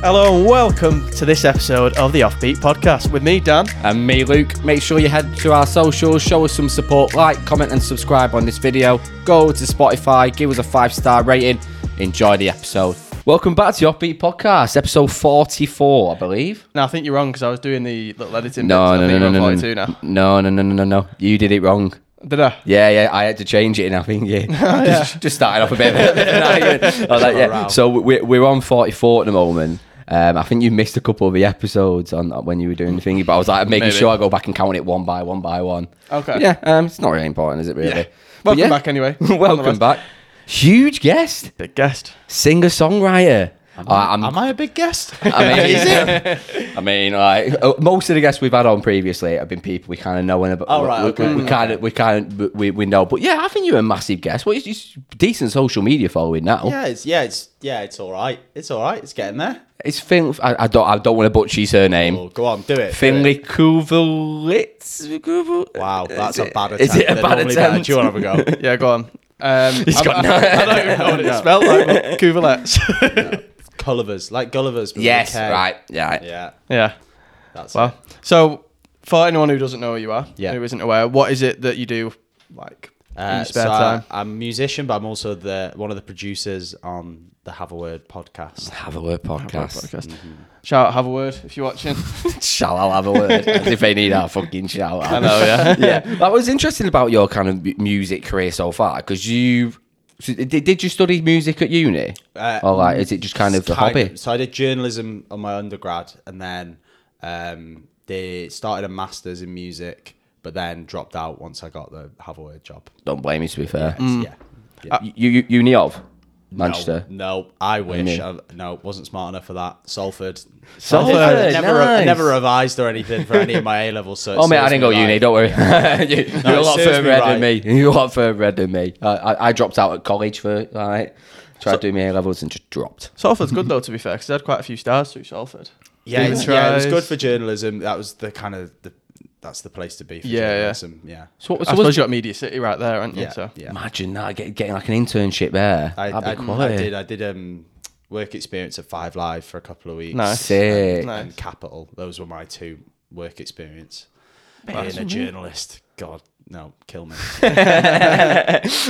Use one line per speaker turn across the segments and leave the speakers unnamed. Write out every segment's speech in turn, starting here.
Hello and welcome to this episode of the Offbeat Podcast with me, Dan.
And me, Luke. Make sure you head to our socials, show us some support, like, comment, and subscribe on this video. Go to Spotify, give us a five star rating. Enjoy the episode. Welcome back to the Offbeat Podcast, episode 44, I believe.
Now I think you're wrong because I was doing the little editing.
No,
bits. I
no, no,
think
no,
you're on
no,
42
no,
now.
no, no, no, no, no, no. You did it wrong.
Did I?
Yeah, yeah, I had to change it and I think yeah. just, just started off a bit. I was like, yeah. So we're, we're on 44 at the moment. Um, I think you missed a couple of the episodes on when you were doing the thingy, but I was like making
Maybe.
sure I go back and count it one by one by one.
Okay.
Yeah, um, it's not really important, is it really? But
Welcome
yeah,
back anyway.
welcome back. Huge guest,
Big guest.
singer songwriter. I'm,
Am I a big guest?
I mean, I mean, like uh, most of the guests we've had on previously have been people we kind of know and about.
Oh, right,
we,
okay.
we kind of, we kind of, we, we know. But yeah, I think you're a massive guest. Well, it's just decent social media following now.
yeah, it's yeah, it's yeah, it's all right. It's all right. It's getting there.
It's Fin. I, I don't, I don't want to butcher his surname.
Oh, go on, do it. do it.
Finley Kuvelitz. Kuvel-
Wow, that's a bad attempt.
Is it a
They're
bad
normally better.
attempt?
Do you want to have a go?
Yeah, go on. Um,
He's
I'm-
got
I, I don't even know what it's spelled like. but Kuvalets.
Gullivers, like Gullivers. But
Yes,
with a K.
right. Yeah.
Yeah,
yeah.
that's
Well, so for anyone who doesn't know who you are,
Yeah.
who isn't aware, what is it that you do, like
it.
in
Uh,
your spare
so
time?
I, am a musician, but I'm also the one of the producers on the Have a Word podcast.
Have a word podcast.
Podcast. Shout out, have a word if you're watching.
Shall I have a word? As if they need our fucking shout out.
I know, yeah.
yeah, that was interesting about your kind of mu- music career so far because you so did, did you study music at uni
Uh,
or like is it just kind of a
Kind-
hobby?
So I did journalism on my undergrad, and then um, they started a masters in music, but then dropped out once I got the Have a Word job.
Don't blame me to be fair.
Yeah. Mm. yeah.
You, you uni of Manchester.
No, no, I wish.
mean?
I, no, wasn't smart enough for that. Salford.
Salford,
I, did- I never,
nice.
I never revised or anything for any of my A levels. So it
Oh mate, I
serves
didn't
me
go
right.
uni. Don't worry. you, are
it
a lot
serves
further
me
ahead than
right.
me. You're a lot further ahead than me. I, I, I dropped out at college for like tried doing my A levels and just dropped.
Salford's good though, to be fair, because I had quite a few stars through Salford.
Yeah,
Even
it's- yeah, it was
tries.
good for journalism. That was the kind of the, that's the place to be for
Yeah, yeah.
journalism. Yeah,
So, what-
I
so
suppose
was,
you got Media City right there, aren't you?
yeah,
So.
yeah.
imagine that get, getting like an internship there.
I, I,
That'd be
I
quality.
did. I did um, work experience at Five Live for a couple of weeks.
Nice.
Sick.
Nice.
And Capital. Those were my two work experience.
that's
Being a journalist, God, no, kill me.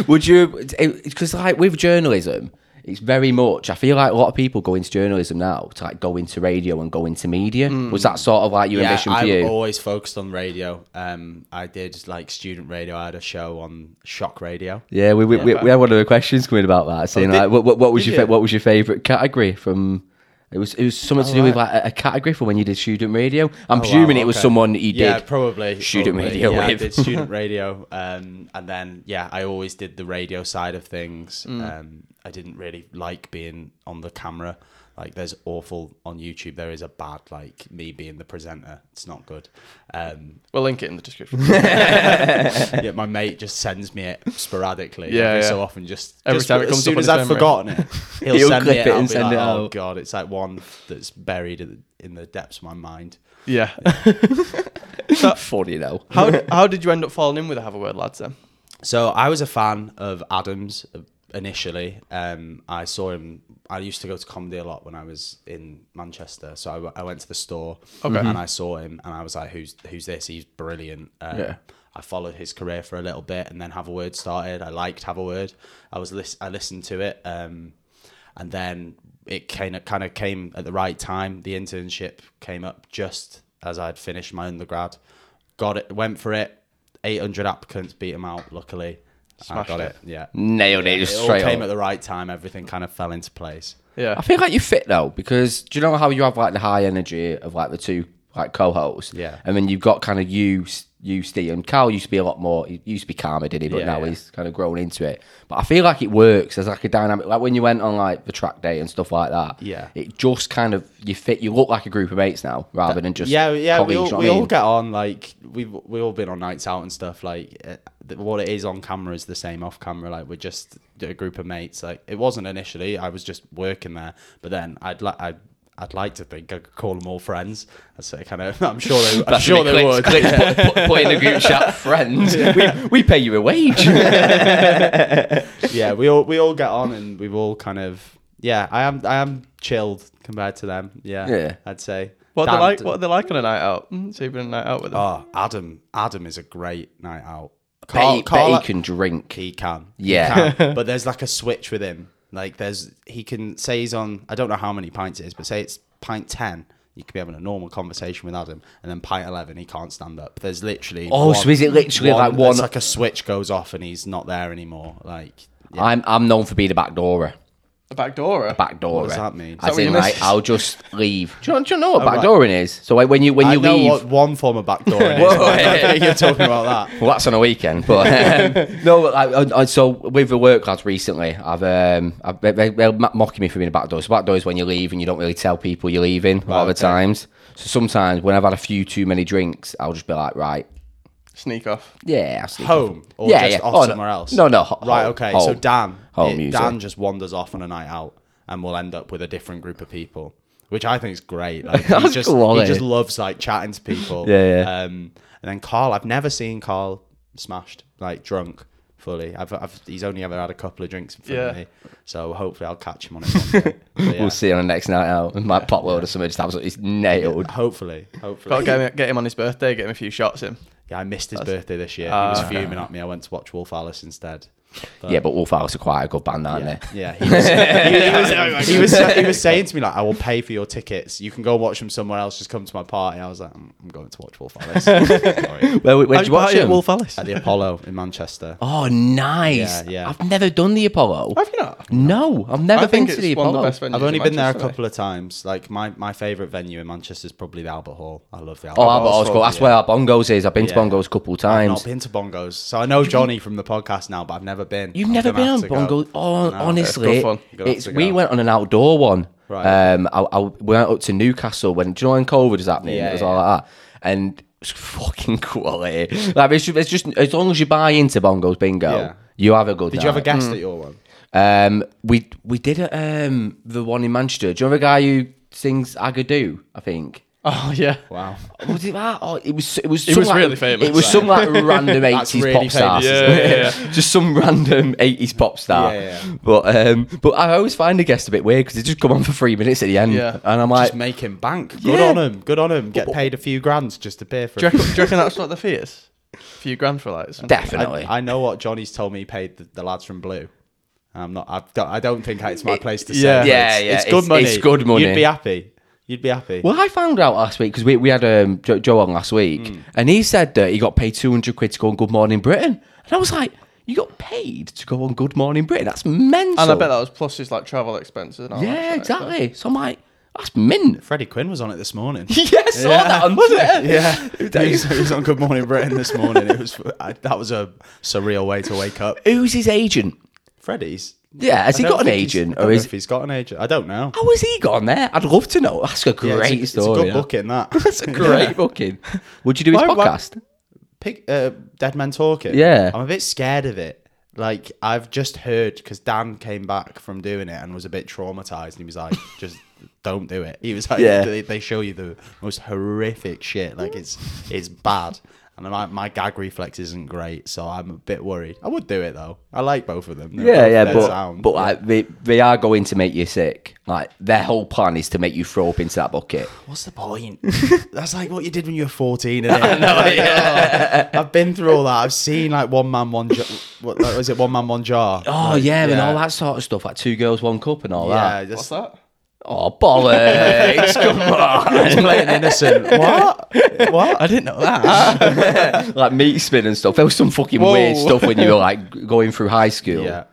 Would you? Because like with journalism, it's very much. I feel like a lot of people go into journalism now to like go into radio and go into media.
Mm.
Was that sort of like your ambition for
I'm
you?
always focused on radio. Um, I did like student radio. I had a show on Shock Radio.
yeah, we, we, we, we had one of the questions coming about
Oh,
that, saying like, what, what, what was
did
your fa-
you?
what was your favorite category from? It was it was something
Oh,
to do with like a, a category for when you did student radio. I'm presuming it was
okay.
someone that you did.
yeah, probably
student
probably.
radio
Yeah, I
with.
did student radio, um, and then yeah, I always did the radio side of things.
Mm.
Um, I didn't really like being on the camera. Like, there's awful on YouTube. There is a bad like me being the presenter. It's not good. Um,
We'll link it in the description.
yeah, my mate just sends me it sporadically.
Yeah,
Yeah, every
yeah.
so often, just
Every
just
time it comes
as soon
up on
as
his
I've
memory.
forgotten it, he'll,
He'll
send
clip
me it,
it
I'll
and
be
send
like,
it
Oh
out."
god, it's like one that's buried in the, in the depths of my mind.
yeah.
Funny though.
How, how did you end up falling in with the Have a Word lads then?
So I was a fan of Adams initially. Um, I saw him. I used to go to comedy a lot when I was in Manchester. So I, w- I went to the store and I saw him, and I was like, "Who's who's this? He's brilliant." Um,
Yeah.
I followed his career for a little bit, and then Have a Word started. I liked Have a Word. I was lis- I listened to it, um, and then it kind of kind of came at the right time. The internship came up just as I'd finished my undergrad. Got it. Went for it. 800 applicants beat him out. Luckily,
Smashed
I got
it.
it. Yeah,
Nailed it,
it
just
all
Mm. straight
came
up.
at the right time. Everything kind of fell into place.
Yeah.
I feel like you fit though, because do you know how you have like the high energy of like the two like co-hosts?
Yeah.
And then you've got kind of you, S- you, Steve, and Carl used to be a lot more. He used to be calmer, did he? But
Yeah,
now
yeah.
he's kind of grown into it. But I feel like it works. There's like a dynamic, like when you went on like the track day and stuff like that.
Yeah.
It just kind of you fit. You look like a group of mates now, rather than just
yeah, yeah. We
colleagues, you know what
all, we
I
all
mean?
get on. Like we've we all been on nights out and stuff. Like uh, th- what it is on camera is the same off camera. Like we're just a group of mates. Like it wasn't initially. I was just working there, but then I'd like I'd, I'd like to think I could call them all friends. That's kind of. I'm sure they. I'm
That's
sure
when it
they
clicks-
would.
clicks, put, put, put in the group chat, friends. We, we pay you a wage.
yeah, we all we all get on and we've all kind of yeah, I am I am chilled compared to them. Yeah,
Yeah.
I'd say.
What
Dan-
they like? What they like on a night out? Mm, so you've been on a night out with them.
Oh, Adam. Adam is a great night out.
Bet he-
Carl,
bet he
Carl,
can drink.
he can.
Yeah.
He can. but there's like a switch with him. Like there's he can say he's on I don't know how many pints it is, but say it's pint ten, you could be having a normal conversation with Adam, and then pint eleven he can't stand up. There's literally
Oh, so is it literally like one-
it's like a switch goes off and he's not there anymore. Like yeah.
I'm I'm known for being a backdoorer.
A back door.
Backdoorer.
does that mean? Is
As
that what
in,
you
like,
meant?
I'll just leave. Do you know, do you know what
right.
backdooring is? So like, when you when
I
you
know
leave,
what one form of backdoor it
Whoa.
is. but I don't think you're talking about that.
Well, that's on a weekend, but um, no. I, I, I- so with the work lads recently, I've, um, I've they- they, they're mo- mocking me for being a backdoor. So backdoor is when you leave and you don't really tell people you're leaving. a lot of the
okay.
times. So sometimes when I've had a few too many drinks, I'll just be like, right,
Sneak off.
yeah, I'll sneak
Home
off.
or just off
Oh, no-
somewhere else.
No, no. ho-
Right,
home,
okay. So
home.
Dan,
Home
it-
usually.
Dan just wanders off on a night out, and we'll end up with a different group of people, which I think is great. Like, he
That's
just
quality.
he just loves like chatting to people.
Yeah, yeah.
Um, and then Carl, I've never seen Carl smashed like drunk fully. I've, I've he's only ever had a couple of drinks in front of
Yeah.
me, so hopefully I'll catch him on it. One day. But yeah,
We'll see you on the next night out. And my pot load or something just absolutely nailed.
hopefully,
Got to
hopefully.
get him, get him on his birthday. Get him a few shots in.
Yeah, I missed his birthday this year. he was fuming at me. I went to watch Wolf Alice instead. But-
Yeah, but Wolf Alice are quite a good band, aren't they?
Yeah, he was, he, was, he, was, he was saying to me like, "I will pay for your tickets. You can go and watch them somewhere else. Just come to my party." I was like, "I'm, I'm going to watch Wolf Alice Sorry.
Where, where
Have
did you watch
partied at
him?
Wolf Alice?
at the Apollo in Manchester."
Oh, nice.
Yeah, yeah.
I've never done the Apollo.
Have you not?
No, I've never
I
been
think
to
it's
the
one
Apollo.
of the best venues.
I've only
in
been there a
Manchester.
couple of times. Like my, my favorite venue in Manchester is probably the Albert Hall. I love the Albert.
Oh,
Hall.
Albert Hall's cool. That's where our Bongos is. I've been to
Yeah.
Bongos a couple of
I've not
times.
been to Bongos, so I know Johnny from the podcast now, but I've never been.
You've
I'm
never
gonna
been on
have to go.
Bongos? Oh,
No.
It's
honestly,
good fun.
You're gonna have
it's
to
we
go.
went on an outdoor one.
Right.
Um, I, I, we went up to Newcastle when do you know when COVID was happening?
Yeah,
it was
yeah,
all like that, and it's fucking quality. Like it's just, it's just as long as you buy into Bongos Bingo,
Yeah.
you have a good.
Did you have a
night.
guest at your one?
Um, we we did a, um the one in Manchester. Do you remember the guy who sings Agadoo? I think.
Oh yeah.
Wow.
Was it that? Or it was. It was.
It
some
was
like-
really famous.
It was some like random
That's
eighties
really
pop star.
famous.
Yeah, yeah,
just some random eighties pop star.
Yeah, yeah, yeah.
But um, but I always find the guest a bit weird because they just come on for three minutes at the end.
Yeah.
And I'm like,
Just make him bank. Good
Yeah.
on him. Good on him. Get paid a few grand to just appear for.
Do you,
a
reckon, do you reckon that's what the fee is? A few grand for like. something?
definitely.
I, I know what Johnny's told me he paid the, the lads from Blue. I'm not. I've got, I don't think it's my
It-
place to say.
yeah.
but
Yeah,
it's,
yeah,
It's
it's-
good money.
it's good money.
You'd be happy. You'd be happy.
well, I found out last week because we, we had um, Joe, Joe on last week,
Mm.
and he said that he got paid two hundred quid to go on Good Morning Britain, and I was like, you got paid to go on Good Morning Britain? That's mental.
And I bet that was plus his like travel expenses and all that.
Yeah,
shit.
exactly. So I'm like, that's mint.
Freddie Quinn was on it this morning.
Yes, all that on Twitter.
yeah, he was, he was on Good Morning Britain this morning. It was I, that was a surreal way to wake up.
Who's his agent?
Freddie's.
Yeah, has
I
he
don't
got an
think he's- I
agent
don't
or
know
is
if he's got an agent? I don't know.
how has he gone there? I'd love to know. That's a
Yeah,
great
it's a,
story.
It's a good book in that.
That's a great booking. Would you do his
Why- why-
podcast?
Pig, uh, Dead Man Talking.
Yeah.
I'm a bit scared of it. Like, I've just heard because Dan came back from doing it and was a bit traumatized. And he was like, just don't do it. He was like,
Yeah.
they, they show you the most horrific shit. Like, it's it's bad. And my, my gag reflex isn't great. So I'm a bit worried. I would do it, though. I like both of them. They're
Yeah,
both
yeah,
their
but
sound.
but like they, they are going to make you sick. Like their whole plan is to make you throw up into that bucket.
What's the point? That's like what you did when you were 14. Isn't it? Like, oh, I've been through all that. I've seen like one man, one jar. What like, was it? One man, one jar.
Oh
Like,
yeah, and all that sort of stuff, like two girls, one cup, and all
Yeah,
that.
just
What's that?
Oh bollocks! come on,
playing innocent. What? What?
I didn't know that.
like meat spin and stuff. There was some fucking
Whoa.
weird stuff when you were like g- going through high school.
Yeah.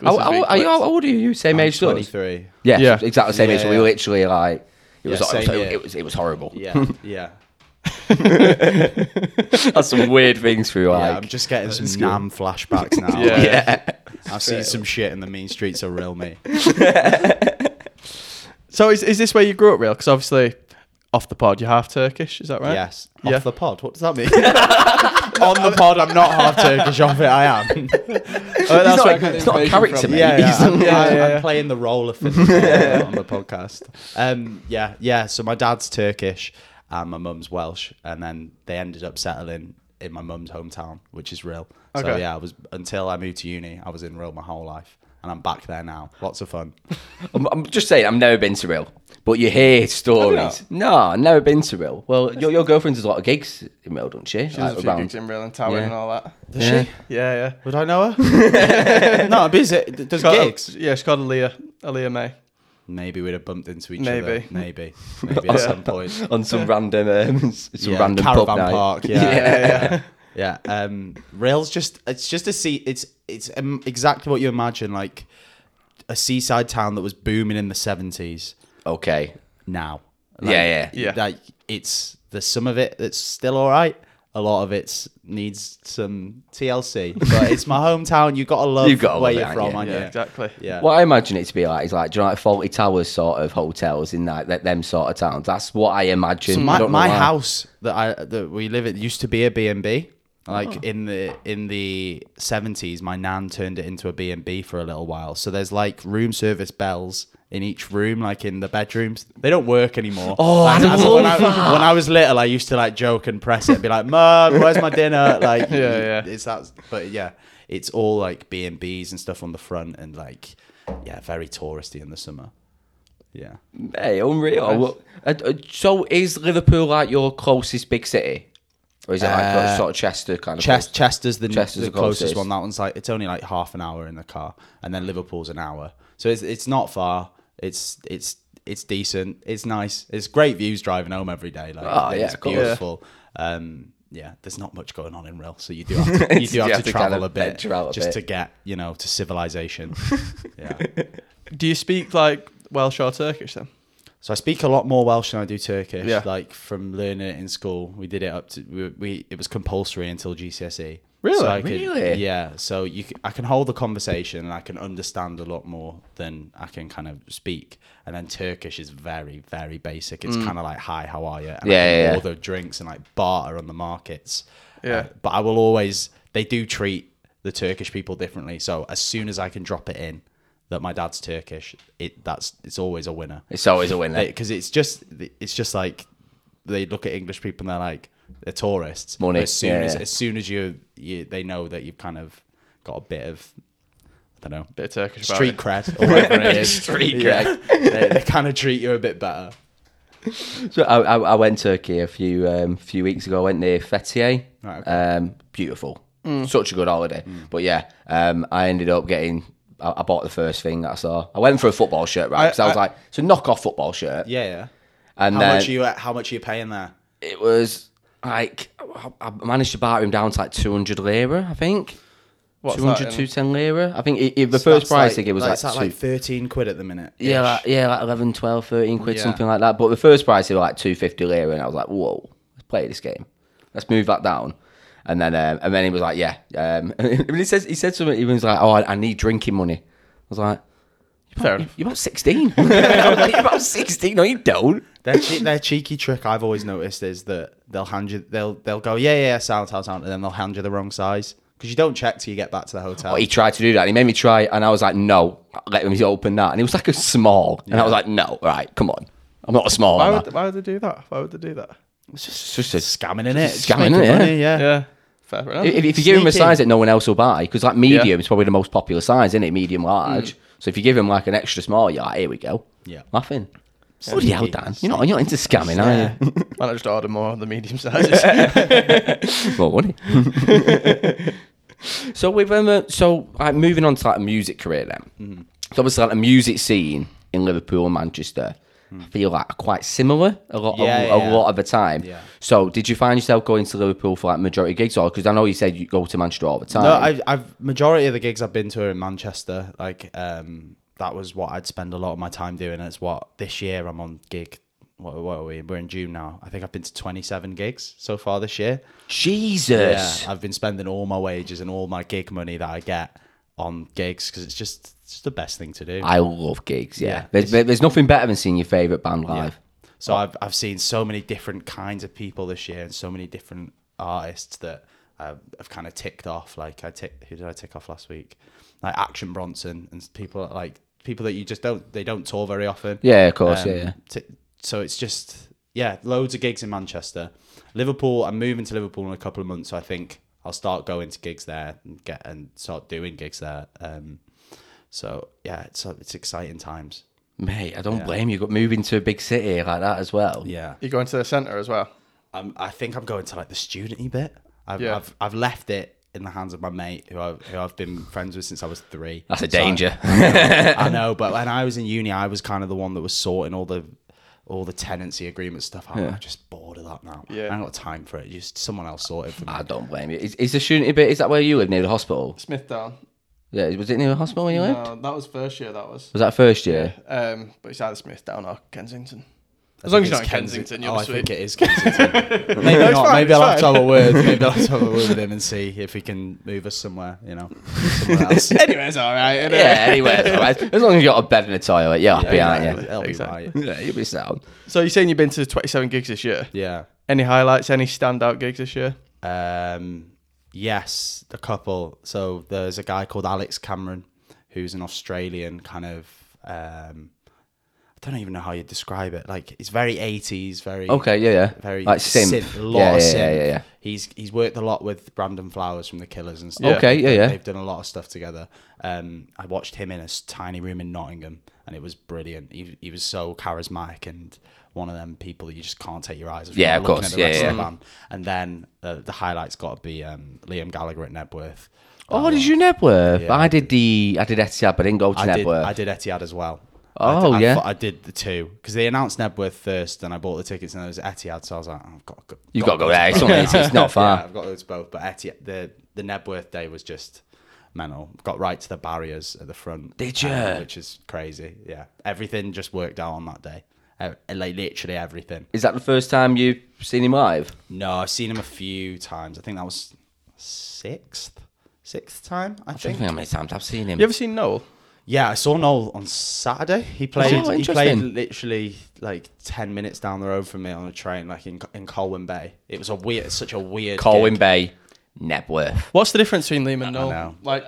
How,
This is
how,
big
are you,
clips.
how old are you? Same age, to us?
23.
Yeah,
Yeah.
exactly the same age. So we
Yeah.
were literally like, it was,
Yeah,
like,
same
it,
year.
was it was horrible.
Yeah. Yeah.
That's some weird things through
Yeah, I'm
like.
just Oh, getting some nam flashbacks now.
Yeah.
I've seen some shit and the mean streets are real me.
So is, is this where you grew up, real? Because obviously, off the pod, you're half Turkish. Is that right?
Yes. Off
Yeah.
the pod. What does that mean? On the pod, I'm not half Turkish. Off it, I am.
Oh, that's
not
where
a-
I got the
it's not a
information
character,
from.
mate.
yeah, yeah.
He's-
I'm,
yeah,
I'm-
yeah,
I'm
yeah.
playing the role of Finn on the podcast. Um, yeah, yeah. So my dad's Turkish and my mum's Welsh, and then they ended up settling in my mum's hometown, which is real. So
Okay.
yeah, I was until I moved to uni, I was in real my whole life. and I'm back there now. Lots of fun.
I'm, I'm just saying, I've never been to Real, but you hear stories. No, I've never been to Real. Well, your, your girlfriend does a lot of gigs in Real, doesn't she?
She does a few gigs in Real and Tower
Yeah.
and all that. Does
Yeah.
she? Yeah, yeah.
Would I know her? no, I'm busy. Does
Got a-
gigs?
yeah, she's called Aaliyah. Aaliyah May.
Maybe we'd have bumped into each other.
Maybe.
Maybe. Maybe at some point.
on some random, um, some
Yeah,
random
caravan
pub night.
park, yeah.
Yeah,
Yeah. Um, Rails just it's just a sea. It's it's um, exactly what you imagine, like a seaside town that was booming in the seventies.
Okay.
Now,
yeah.
Yeah,
Yeah.
Like it's there's some of it that's still all right. A lot of it needs some TLC, but it's my hometown. You gotta love
You've gotta
where
love it,
you're
ain't
from,
you?
aren't
yeah,
you?
exactly.
Yeah.
What I imagine it to be like is like, do you know, like faulty towers sort of hotels in like th- them sort of towns. That's what I imagine. I
my,
don't know
my
why.
house that I that we live in used to be a B and B. Like in the in the seventies, my nan turned it into a B and B for a little while. So there's like room service bells in each room, like in the bedrooms. They don't work anymore. Oh,
I love
when, I, when I was little, I used to like joke and press it, and be like, "Mum, where's my dinner?" Like,
Yeah, yeah.
It's that, but yeah, it's all like B and Bs and stuff on the front, and like, yeah, very touristy in the summer. Yeah.
Hey, unreal. Well, uh, uh, So is Liverpool like your closest big city? Or is it like
Uh,
sort of Chester kind of
Chest, Chester's the,
Chester's
the
the
closest,
closest.
one. That one's like it's only like half an hour in the car, and then Liverpool's an hour. So it's it's not far. It's it's it's decent. It's nice. It's great views driving home every day. Like
Oh, yeah,
it's
of course.
beautiful. Um, yeah, there's not much going on in Real, so you do have to, you do have, to,
kind
travel
of
a bit
venture out a
just
bit.
to get you know to civilization. yeah.
Do you speak like Welsh or Turkish then?
So I speak a lot more Welsh than I do Turkish.
Yeah.
Like from learning it in school, we did it up to we, we it was compulsory until GCSE.
Really?
E. So I could-
Really?
Yeah. So you, c- I can hold the conversation and I can understand a lot more than I can kind of speak. And then Turkish is very, very basic. It's kind of like hi, how are you? And
Mm. Yeah,
I can
yeah, yeah.
Order drinks and like barter on the markets. Uh,
Yeah.
but I will always. They do treat the Turkish people differently. So as soon as I can drop it in that my dad's Turkish, it that's it's always a winner
It's always a winner.
because it's just it's just like they look at English people and they're like they're tourists.
Money,
But As soon
yeah,
as
yeah.
as soon as you you they know that you've kind of got a bit of I don't know
Bit of Turkish about
street
it.
cred or whatever it is.
Street
they, they kind of treat you a bit better.
So I, I, I went to Turkey a few um, few weeks ago. I went near Fethiye.
Right, okay. Mm.
um, beautiful. Such a good holiday. But yeah, um, I ended up getting. I, I bought the first thing that I saw. I went for a football shirt, right?
I-
Because I, was
I-
like, it's a knockoff football shirt.
Yeah, yeah.
And
How
then
much are you how much are you paying there?
it was like I- I managed to barter him down to like two hundred lira, I think.
What's
200,
that in-
210 lira. I think it, it- the first
That's
price
like-
ticket was
that's
like,
at
two,
like thirteen quid at the minute.
yeah, like, yeah, like 11, 12, 13 quid,
Yeah.
something like that. But the first price they were like two fifty lira, and I was like, whoa, let's play this game. Let's move that down. And then um, and then he was like, yeah. Um, and he says he said something. He was like, oh, I, I need drinking money. I was like,
Fair enough.
you're about sixteen. you're about sixteen. No, you don't.
Their, che- their cheeky trick I've always noticed is that they'll hand you they'll they'll go yeah yeah sound sound sound and then they'll hand you the wrong size because you don't check till you get back to the hotel.
But he tried to do that. And he made me try, and I was like, no, let him open that. And it was like a small, and I was like, no, right, come on, I'm not a small.
Why
am I?
would, why would they do that? Why would they do that?
It's just, it's just a-
scamming in it, Just
Scamming,
making
innit?
money, yeah.
Yeah. Fair enough.
If, if you give him a
Sneaky.
size that no one else will buy, because like medium is probably the most popular size, isn't it? Medium large. So if you give him like an extra small, you're like, here we go.
Yeah.
Laughing. Bloody hell, Dan. You're not, you're not into scamming, are you?
Why not just order more of the medium sizes?
well, would so we've um, uh, so like moving on to like a music career then. So obviously like the music scene in Liverpool and Manchester. I feel like are quite similar a lot
Yeah,
of,
yeah,
a
yeah.
lot of the time.
Yeah.
So did you find yourself going to Liverpool for like majority gigs or because I know you said you go to Manchester all the time.
No, I've, I've majority of the gigs I've been to are in Manchester. Like um, that was what I'd spend a lot of my time doing. It's what this year I'm on gig. What, what are we? We're in June now. I think I've been to 27 gigs so far this year.
Jesus.
Yeah, I've been spending all my wages and all my gig money that I get on gigs because it's just it's just the best thing to do.
I love gigs. Yeah,
Yeah.
There's, there's nothing better than seeing your favorite band live.
So I've I've seen so many different kinds of people this year and so many different artists that I've, I've kind of ticked off. Like I tick, who did I tick off last week? Like Action Bronson and people like people that you just don't they don't tour very often. Um,
Yeah, of course, yeah, yeah.
t- so it's just yeah, loads of gigs in Manchester, Liverpool. I'm moving to Liverpool in a couple of months, so I think I'll start going to gigs there and get and start doing gigs there. Um, So yeah, it's it's exciting times.
Mate, I don't blame you. Got moving to a big city like that as well.
Yeah,
You going to the centre as well?
i I think I'm going to like the studenty bit. I've,
Yeah.
I've I've left it in the hands of my mate who I've, who I've been friends with since I was three.
That's a
So I-
danger.
I know, but when I was in uni, I was kind of the one that was sorting all the all the tenancy agreement stuff. I'm like, just bored of that now.
Yeah.
I ain't got time for it. Just someone else sort it for me.
I don't blame you. Is, is the shooting bit? Is that where you live near the hospital?
Smithdown.
Yeah, was it near the hospital where you lived?
No, that was first year. That was.
Was that first year?
Um, but it's either Smithdown or Kensington.
I
As long as
think
you're not in
it's Kensi-
Kensington, you're
oh, I
sweet.
think it is Kensington. maybe
it's
not.
fine,
maybe
it's
I'll have to
fine.
have a word. Maybe I'll have to have a word with him and see if he can move us somewhere. You know, somewhere else.
anyway, it's all right. innit?
Yeah, anywhere. it's all right. As long as you got a bed and a toilet, you're happy, aren't
It'll be
Exactly.
right.
you? Yeah, you'll be sound.
So you're saying you've been to 27 gigs this year?
Yeah.
Any highlights? Any standout gigs this year?
Um, yes, a couple. So there's a guy called Alex Cameron, who's an Australian kind of. Um, I don't even know how you describe it. Like it's very 80s, very
Okay, yeah, yeah.
very
like synth.
synth, a lot
yeah,
of
yeah,
synth.
yeah, yeah, yeah.
He's he's worked a lot with Brandon Flowers from the Killers and stuff.
Yeah. Okay, yeah, yeah.
They've done a lot of stuff together. Um, I watched him in a s- tiny room in Nottingham, and it was brilliant. He he was so charismatic and one of them people that you just can't take your eyes off.
Yeah,
You're
of
looking
course.
at the
Yeah,
rest
yeah,
of the band. And then uh, the highlight's got to be um, Liam Gallagher at Nebworth.
Oh, did you Nebworth?
Yeah.
I did the I did Etihad, but I didn't go to
I did,
Nebworth.
I did Etihad as well.
Oh,
I, d- I
yeah.
thought I did the two because they announced Nebworth first, and I bought the tickets, and there was Etihad, so I was like, oh, I've got to go.
You've got to go there. It's only it's, it's not far.
Yeah, I've got those both, but Etihad, the the Nebworth day was just mental. Got right to the barriers at the front.
Did
um,
ya?
which is crazy. Yeah, everything just worked out on that day. Uh, like literally everything.
Is that the first time you've seen him live?
No, I've seen him a few times. I think that was sixth, sixth time. I,
I don't
think.
think how many times I've seen him.
You ever seen Noel?
Yeah, I saw Noel on Saturday. He played.
Oh,
he played
interesting.
literally like ten minutes down the road from me on a train, like in in Colwyn Bay. It was a weird, such a weird.
Colwyn
gig.
Bay, Nebworth.
What's the difference between Liam and Noel?
know.
Like,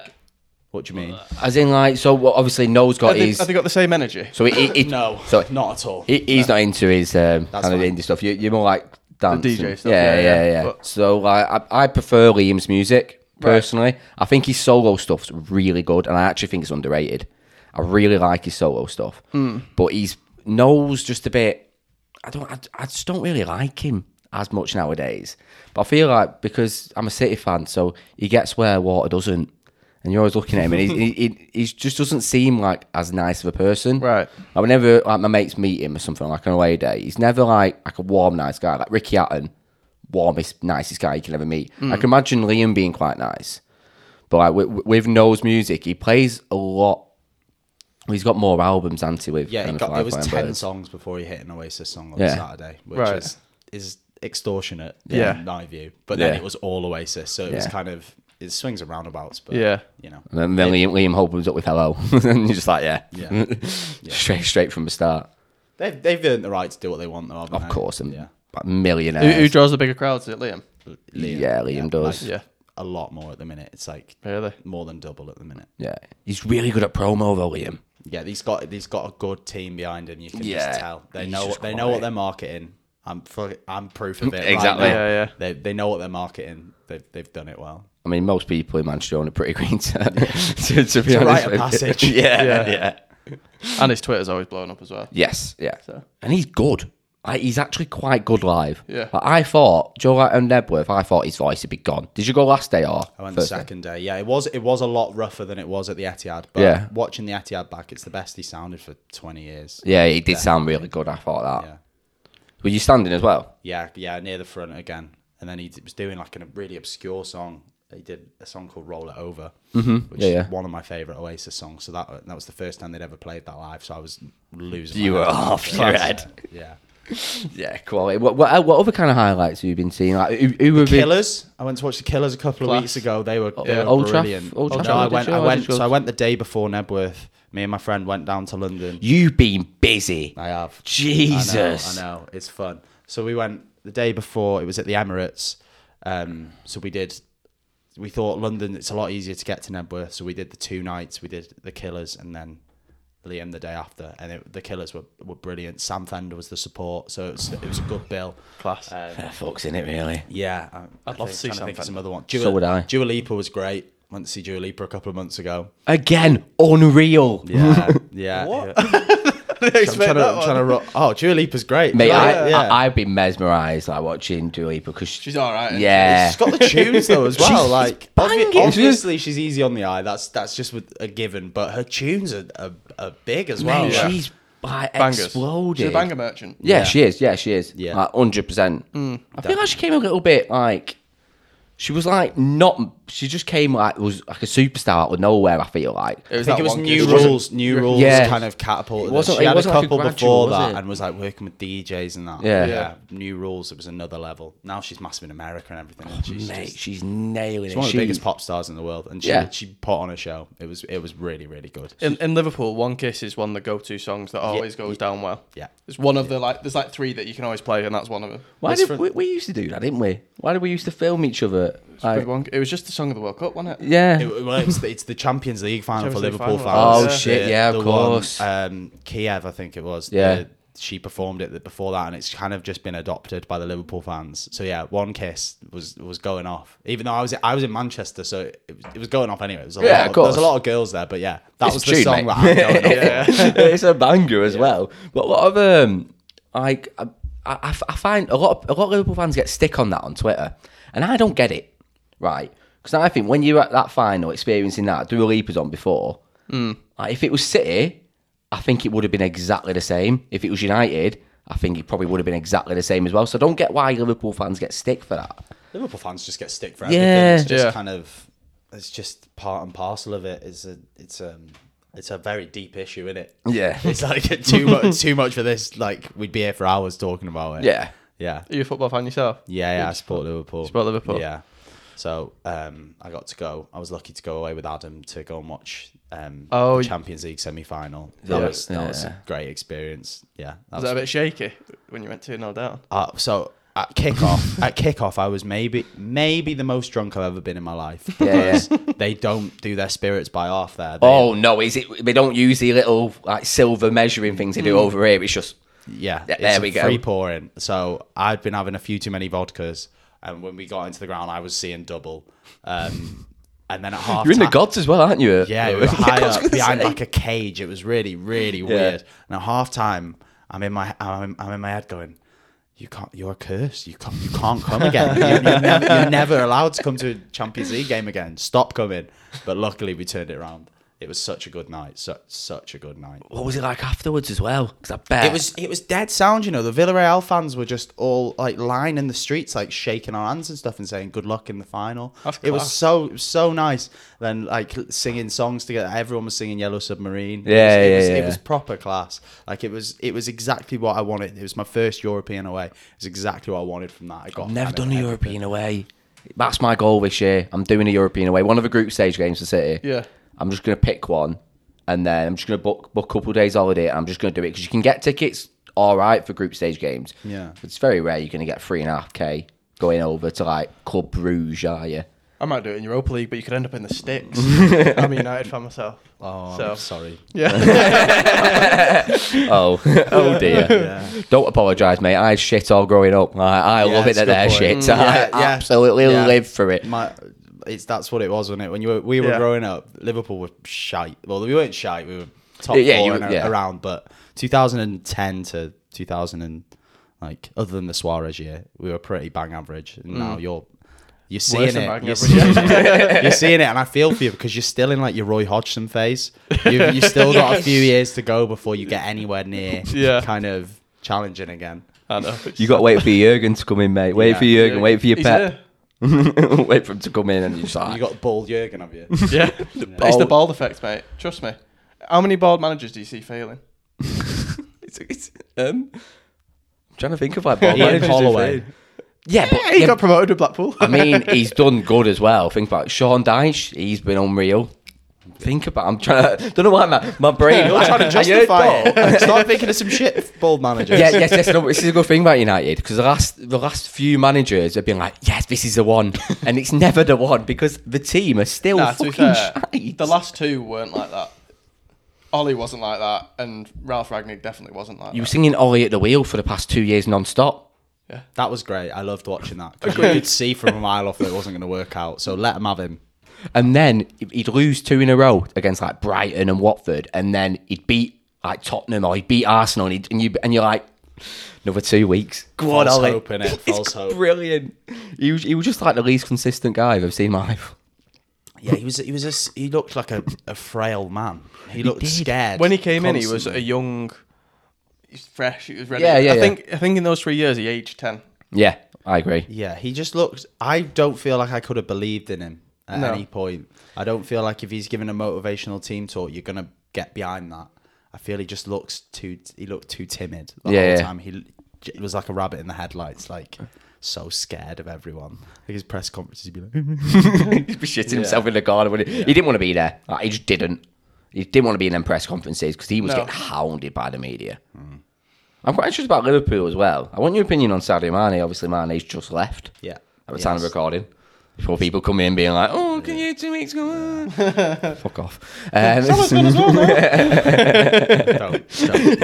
What do you mean?
As in, like, so what- obviously, Noel's
have
got
they,
his.
have they got the same energy?
so he, he, he-
No,
so
not at all.
he, he's not into his um, kind of
fine.
indie stuff. You, you're more like dance
The DJ
and-
stuff,
Yeah,
yeah,
yeah, yeah.
yeah. But-
So like, I, I prefer Liam's music personally. I think his solo stuff's really good, and I actually think it's underrated. I really like his solo stuff, but he's Noel's just a bit. I don't. I, I just don't really like him as much nowadays. But I feel like because I'm a City fan, so he gets where Water doesn't. And you're always looking at him, and he's, he, he, he just doesn't seem like as nice of a person.
Right.
Like whenever like my mates meet him or something like on away day, he's never like like a warm, nice guy. Like Ricky Hatton, warmest, nicest guy you can ever meet.
Mm.
I can imagine Liam being quite nice, but like with, with Noel's music, he plays a lot. He's got more albums, hasn't he? With
Yeah, he
um,
got,
Fly
there was
Flying
ten
Birds.
songs before he hit an Oasis song on
Yeah.
Saturday, which
Right.
is is extortionate
Yeah.
in my view. But then
Yeah.
it was all Oasis, so it was
Yeah.
kind of it swings and roundabouts. But
Yeah.
you know,
And then, then Liam, Liam Hope was up with Hello, and you're just like, yeah,
Yeah.
straight straight from the start.
they've they've earned the right to do what they want, though. Haven't
Of
they?
course, and
yeah,
like
Who, who
millionaires.
draws the bigger crowds? Is it Liam?
Yeah, Liam does.
Yeah.
a lot more at the minute. It's like
Really?
more than double at the minute.
yeah, he's really good at promo though, Liam.
Yeah, he's got he's got a good team behind him. You can
Yeah,
just tell they
he's
know
just
what they
got
know what
it.
they're marketing. I'm fuck- I'm proof of it. right
Exactly.
now.
Yeah, yeah.
They they know what they're marketing. They've they've done it well.
I mean, most people in Manchester own a pretty green to, to, to be honest.
rite of
with you.
passage.
yeah, yeah,
Yeah. And his Twitter's always blowing up as well.
Yes, yeah. And he's good. Like, he's actually quite good live.
Yeah.
Like, I thought, Joe Wright and Nebworth, I thought his voice would be gone. Did you go last day or?
I went the
first day?
second day. Yeah, it was it was a lot rougher than it was at the Etihad. But
Yeah.
watching the Etihad back, it's the best he sounded for twenty years.
Yeah, he did sound really good. I thought that.
Yeah,
Were you standing as well?
yeah, yeah, near the front again. And then he d- was doing like a really obscure song. He did a song called "Roll It Over," which
Mm-hmm. Yeah, yeah.
is one of my favorite Oasis songs. So that that was the first time they'd ever played that live. So I was losing. my
You were
head.
off your head.
Yeah.
Yeah, quality. What, what what other kind of highlights have you been seeing? Like who, who have been?
Killers. I went to watch the Killers a couple of
Class.
weeks ago. They were, they
Oh, Yeah.
were
Old Traff-
brilliant.
Old
Oh, no,
Trafford,
I
did
went.
you?
I
Or
went.
did you
So
go-
I went the day before Nebworth. Me and my friend went down to London.
You've been busy.
I have.
Jesus.
I know, I know. It's fun. So we went the day before, it was at the Emirates. Um, so we did, we thought London, it's a lot easier to get to Nebworth. So we did the two nights, we did The Killers and then Liam the day after. And it, The Killers were, were brilliant. Sam Fender was the support. So it was, it was a good bill.
Class.
Fuck's in it really.
Yeah. I, I'd
love to see Sam
some
Fender.
other one. Dua,
So would I.
Dua Lipa was great. Went to see Dua Lipa a couple of months ago.
Again, unreal.
Yeah, yeah. What? I'm trying to, I'm trying to ro- oh, Dua Lipa's great.
Mate, I,
yeah. yeah.
I, I've been mesmerised like watching Dua Lipa because
She's all right. isn't she?
yeah,
she's got the tunes though as well.
She's
like
banging.
obvi- obviously she's easy on the eye. That's that's just with a given. But her tunes are, are, are big as well.
Man,
yeah.
she's like,
Bangers.
exploded.
She's a banger merchant.
Yeah,
Yeah.
she is. Yeah, she is.
Yeah. Mm.
like hundred percent. I feel like she came a little bit like she was like not. She just came like was like a superstar out of nowhere. I feel like
It
I
was that
think it was
one
new
good- wasn't-
rules. New rules
Yeah.
kind of catapulted.
It
It
wasn't-
she
it
had a
wasn't like a
couple
gradual,
before
was
that
it?
and was like working with DJs and that.
Yeah.
New rules. It was another level. Now she's massive in America and everything. and she's
Mate,
just-
she's nailing
she's
it.
one of
She-
the biggest pop stars in the world, and she
Yeah.
she put on a show. It was it was really really good.
In, in Liverpool, "One Kiss" is one of the go-to songs that always goes down well.
Yeah.
it's one of the like. There's like three that you can always play, and that's one of them.
Why
It's
did
from-
we, we used to do that, didn't we? Why did we used to film each other? Like,
Good one- It was just the song of the World Cup, wasn't it?
yeah,
It- well, it's, the, it's the Champions League final
Champions
for
League
Liverpool
final.
fans.
Oh, Yeah.
shit, yeah, of
the
course.
One, um, Kiev, I think it was.
Yeah.
the- she performed it before that, and it's kind of just been adopted by the Liverpool fans. So yeah, one kiss was was going off. Even though I was I was in Manchester, so it, was- it was going off anyway. It was a
Yeah,
lot
of course.
There's a lot of girls there, but yeah, that
It's
was
a tune,
the
mate.
song that I'm going off.
it's a banger as well. But what of um, like I, I, I find a lot of, a lot of Liverpool fans get stick on that on Twitter, and I don't get it, right? Because I think when you're at that final, experiencing that, Dua Lipa's on before. Like if it was City, I think it would have been exactly the same. If it was United, I think it probably would have been exactly the same as well. So I don't get why Liverpool fans get stick for that.
Liverpool fans just get stick for
Yeah.
everything. It's just
Yeah.
kind of it's just part and parcel of it. It's a it's um it's a very deep issue, isn't it?
Yeah.
It's like too much too much for this, like we'd be here for hours talking about it.
Yeah.
Yeah.
Are you a football fan yourself?
Yeah, yeah, I support Liverpool.
support Liverpool.
Yeah. So um, I got to go. I was lucky to go away with Adam to go and watch um,
Oh,
the
y-
Champions League semi final. That,
Yeah.
was, that was
Yeah.
a great experience. Yeah. That
Was
was,
that a bit shaky when you went two 0 down?
uh, so at kickoff, at kickoff, I was maybe maybe the most drunk I've ever been in my life.
Yeah,
Because they don't do their spirits by half there. They-
Oh no! Is it? They don't use the little like silver measuring things they do over here. It's just
yeah,
Th-
it's
there
a
we go.
Free pouring. So I'd been having a few too many vodkas, and when we got into the ground, I was seeing double. Um, and then at half,
You're in the gods as well, aren't you?
Yeah, we were high
I was
up
gonna
behind
say.
like a cage. It was really, really weird. And at half time, I'm in my I'm, I'm in my head going, You can't you're cursed. You can't you can't come again. You're, you're, nev- you're never allowed to come to a Champions League game again. Stop coming. But luckily we turned it around. It was such a good night. Such such a good night.
What was it like afterwards as well? Because I bet
It was it was dead sound, you know. The Villarreal fans were just all like lying in the streets, like shaking our hands and stuff, and saying good luck in the final.
That's
it was
class.
so it was so nice. Then like singing songs together, everyone was singing Yellow Submarine. It
Yeah,
was, it
yeah,
was,
yeah.
It was proper class. Like it was it was exactly what I wanted. It was my first European away. It was exactly what I wanted from that. I got
never
kind of
done a
everything.
European away. That's my goal this year. I'm doing a European away. One of the group stage games for City.
Yeah.
I'm just gonna pick one, and then I'm just gonna book book a couple of days holiday. And I'm just gonna do it because you can get tickets all right for group stage games.
Yeah.
it's very rare. You're gonna get three and a half k going over to like Club Bruges, are you?
I might do it in Europa League, but you could end up in the sticks. I'm a United fan myself.
Oh,
so
I'm sorry.
yeah,
Oh, oh dear. Don't apologise, mate. I had shit all growing up. I, I
Yeah,
love it
it's a
that
good
they're
point.
shit.
Mm, yeah,
I
yeah.
absolutely
Yeah.
live for it.
My, it's that's what it was, wasn't it? When you were, we were
Yeah.
growing up, Liverpool were shite. Well, we weren't shite. We were top
Yeah,
four
you-
and a-
yeah.
around, but 2010 to 2000 and like other than the Suarez year, we were pretty bang average. And
Mm.
now you're you're seeing
than
it.
bang
You're
average.
seeing it. You're seeing it, and I feel for you because you're still in like your Roy Hodgson phase. You've, you still got a few years to go before you get anywhere near
Yeah.
kind of challenging again.
I know.
You got to wait for Jurgen to come in, mate. Wait
Yeah.
for Jurgen. Wait for your
He's
pet. wait for him to come in, and you just like,
You got bald Jurgen, have you?
here. Yeah, it's the bald effect, mate. Trust me. How many bald managers do you see failing?
It's- it's- um, I'm trying to think of like ball
Ian
managers.
Holloway.
Yeah, but
He
yeah,
got promoted with Blackpool.
I mean, he's done good as well. Think about it. Sean Dyche. He's been unreal. Think about. I'm trying to. Don't know why my my brain.
You're trying to
I heard
justify
goal.
it. Start thinking of some shit, bald managers.
yeah, yes, yes. No, but this is a good thing about United because the last the last few managers have been like, yes, this is the one, and it's never the one because the team are still
Nah, to be
fucking
fair,
shite.
the last two weren't like that. Ollie wasn't like that, and Ralph Ragnick definitely wasn't like
you were
that.
singing Ollie at the wheel for the past two years non-stop.
That was great. I loved watching that because you could see from a mile off that it wasn't going to work out. So let him have him.
And then he'd lose two in a row against like Brighton and Watford, and then he'd beat like Tottenham or he'd beat Arsenal, and, he'd, and you and you're like another two weeks. Go on,
False
Ollie.
hope, innit?
It's
False hope.
Brilliant. He was, he was just like the least consistent guy I've ever seen in my life.
Yeah, he was. He was. A, s- he looked like a, a frail man. He looked
did.
scared
When he came in, he was a
constantly.
young, he's fresh. He was ready.
Yeah, yeah,
I
yeah.
think I think in those three years he aged ten.
Yeah, I agree.
Yeah, he just looked. I don't feel like I could have believed in him at
No.
any point. I don't feel like if he's given a motivational team talk, you're gonna get behind that. I feel he just looks too. He looked too timid the
Yeah,
whole
yeah.
time. He, he was like a rabbit in the headlights, like so scared of everyone. Like his press conferences, he'd be like,
He'd be shitting himself in the garden. When he, he didn't want to be there. Like, he just didn't. He didn't want to be in them press conferences because he was
No.
getting hounded by the media. I'm quite interested about Liverpool as well. I want your opinion on Sadio Mane. Obviously, Mane's just left.
"Yeah."
At the time of recording. Before people come in being like, oh, can you two weeks ago? uh." Fuck off. Um,
don't, don't.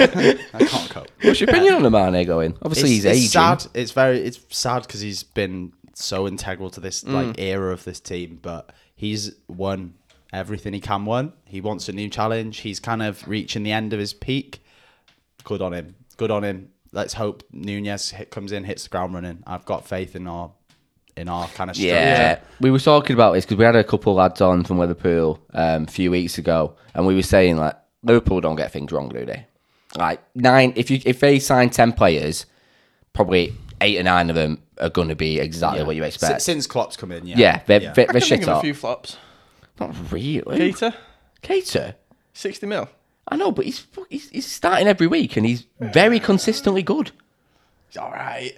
I can't cope.
what's your opinion on the Mane going? Obviously,
it's,
he's
it's
aging.
sad. It's very it's sad because he's been so integral to this
Mm.
like era of this team, but he's won everything he can win. He wants a new challenge. He's kind of reaching the end of his peak. Good on him. Good on him. Let's hope Nunez hit, comes in, hits the ground running. I've got faith in our in our kind of structure.
Yeah. We were talking about this because we had a couple lads on from Liverpool um, a few weeks ago, and we were saying like Liverpool don't get things wrong, do they? Like nine, if you if they sign ten players, probably eight or nine of them are going to be exactly what you
S-
expect.
Since Klopp's come in, yeah.
yeah, they're, they're,
I
they're
can think
shit
of a
up.
few flops.
Not really.
Gator,
Cater.
sixty mil.
I know, but he's, fu- he's he's starting every week and he's very consistently good.
He's all right.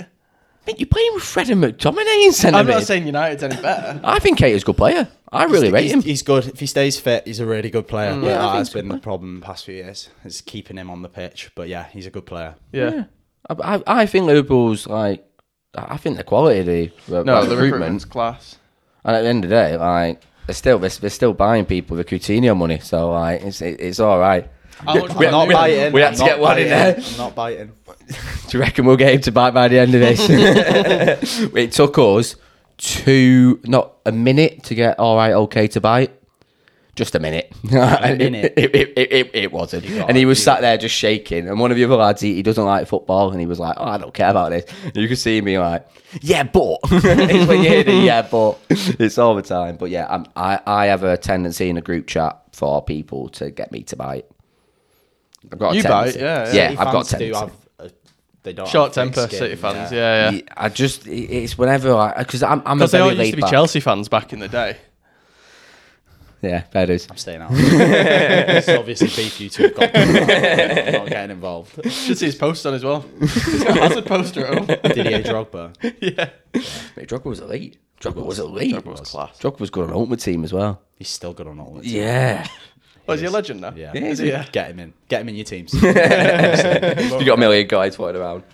Mate, you're playing with Fred and McTominay in centre
I'm not
mid.
saying United's any better.
I think Cater's a good player. I really rate
he's,
him. Mm.
he's good. If he stays fit, he's a really good player. But
Yeah, I
that
think
has
he's a good
been the
player.
problem the past few years. It's keeping him on the pitch. But yeah, he's a good player.
Yeah.
I, I, I think Liverpool's like I I think the quality of the,
No,
like,
the recruitment's
recruitment.
class.
And at the end of the day, like they're still they're, they're still buying people with Coutinho money, so like it's it, it's all right.
How much
we-
was
not
Nunez?
biting.
we had
I'm
to
not
get one in
biting,
there.
I'm not biting.
Do you reckon we'll get him to buy by the end of this? it took us two not a minute to get all right, okay to bite. Just a minute. A
minute.
It, it, it, it, it wasn't.
got
And he
it,
was
you
sat there just shaking. And one of the other lads, he, he doesn't like football. And he was like, oh, I don't care about this. And you could see me like, yeah, but. It's when you hear the yeah, but, it's all the time. But yeah, I'm, I, I have a tendency in a group chat for people to get me to bite. I've got
You
a tendency.
bite, yeah, yeah.
Yeah,
City
I've got a
fans do
tendency.
have a- they don't
Short
have thick
temper,
skin,
City fans. Yeah, yeah.
Yeah, I just it- it's whenever I because I'm I'm a
Because they all
very
used to
laid
be
back.
Chelsea fans back in the day.
Yeah, that is.
I'm staying out. it's obviously beef you two have got. going on. I'm not getting involved.
Should see his post on as well. He's got a hazard poster at home.
Didier Drogba.
Yeah.
Mate, Drogba was elite. Drogba was elite.
That was class.
Drogba was good on Ultimate Team as well.
He's still good on all. Yeah.
Yeah,
Oh, is he a legend now?
Yeah.
Is he? Yeah.
Get him in. Get him in your teams.
you got a million guys floating around.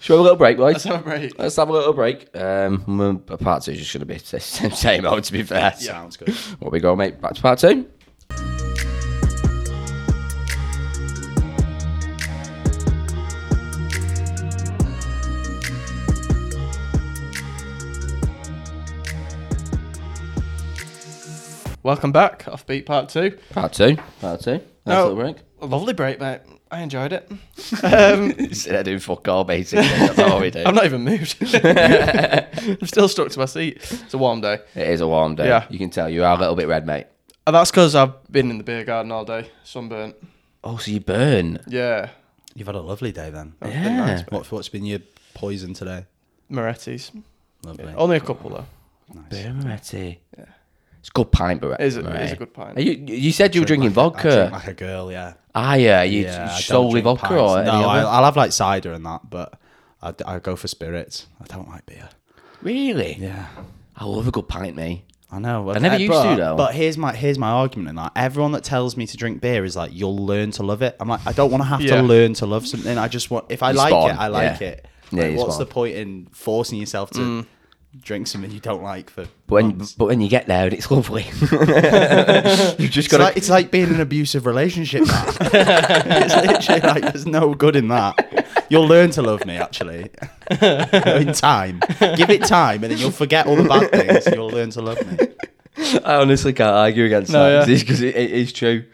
Should we have a little break,
Let's
boys?
have a break.
Let's have a little break. Um, mm, a part two is just going to be the same, same old, to be fair.
Yeah.
Sounds good.
What we go, mate? Back to part two.
Welcome back. Offbeat part two.
Part two. Part two. Nice
No.
little break.
A lovely break, mate. I enjoyed it. Um,
They're doing fuck all, basically. That's all we do.
I'm not even moved. I'm still stuck to my seat. It's a warm day.
It is a warm day.
Yeah.
You can tell you are a little bit red, mate.
And that's because I've been in the beer garden all day, sunburnt.
Oh, so you burn.
Yeah.
You've had a lovely day then.
yeah.
What, what's been your poison today?
Moretti's.
Lovely.
Oh,
Only a couple, though.
Beer Moretti. It's a good pint, Barrett.
It is a, it is a good pint.
You, you said you were drinking
I drink
vodka.
like a girl, yeah.
Ah, yeah. You
yeah, I don't
solely
drink
vodka
pints.
or any
no, I,
other?
I'll have like cider and that, but I, I go for spirits. I don't like beer.
Really?
Yeah.
I love a good pint, mate.
I know. I
never used
but,
to, though.
But here's my here's my argument in that. Everyone that tells me to drink beer is like, you'll learn to love it. I'm like, I don't want to have
Yeah.
to learn to love something. I just want if I
You're
like
spawn,
it, I like
yeah.
it.
Yeah,
Like,
you're
what's
spawn.
the point in forcing yourself to drink something you don't like for?
But when, but when you get there, and it's lovely. You've just
It's,
got
like,
to.
it's like being in an abusive relationship. man. it's literally like there's no good in that. You'll learn to love me actually in time. Give it time, and then you'll forget all the bad things. And you'll learn to love me.
I honestly can't argue against
No,
that
yeah.
because it, it is true.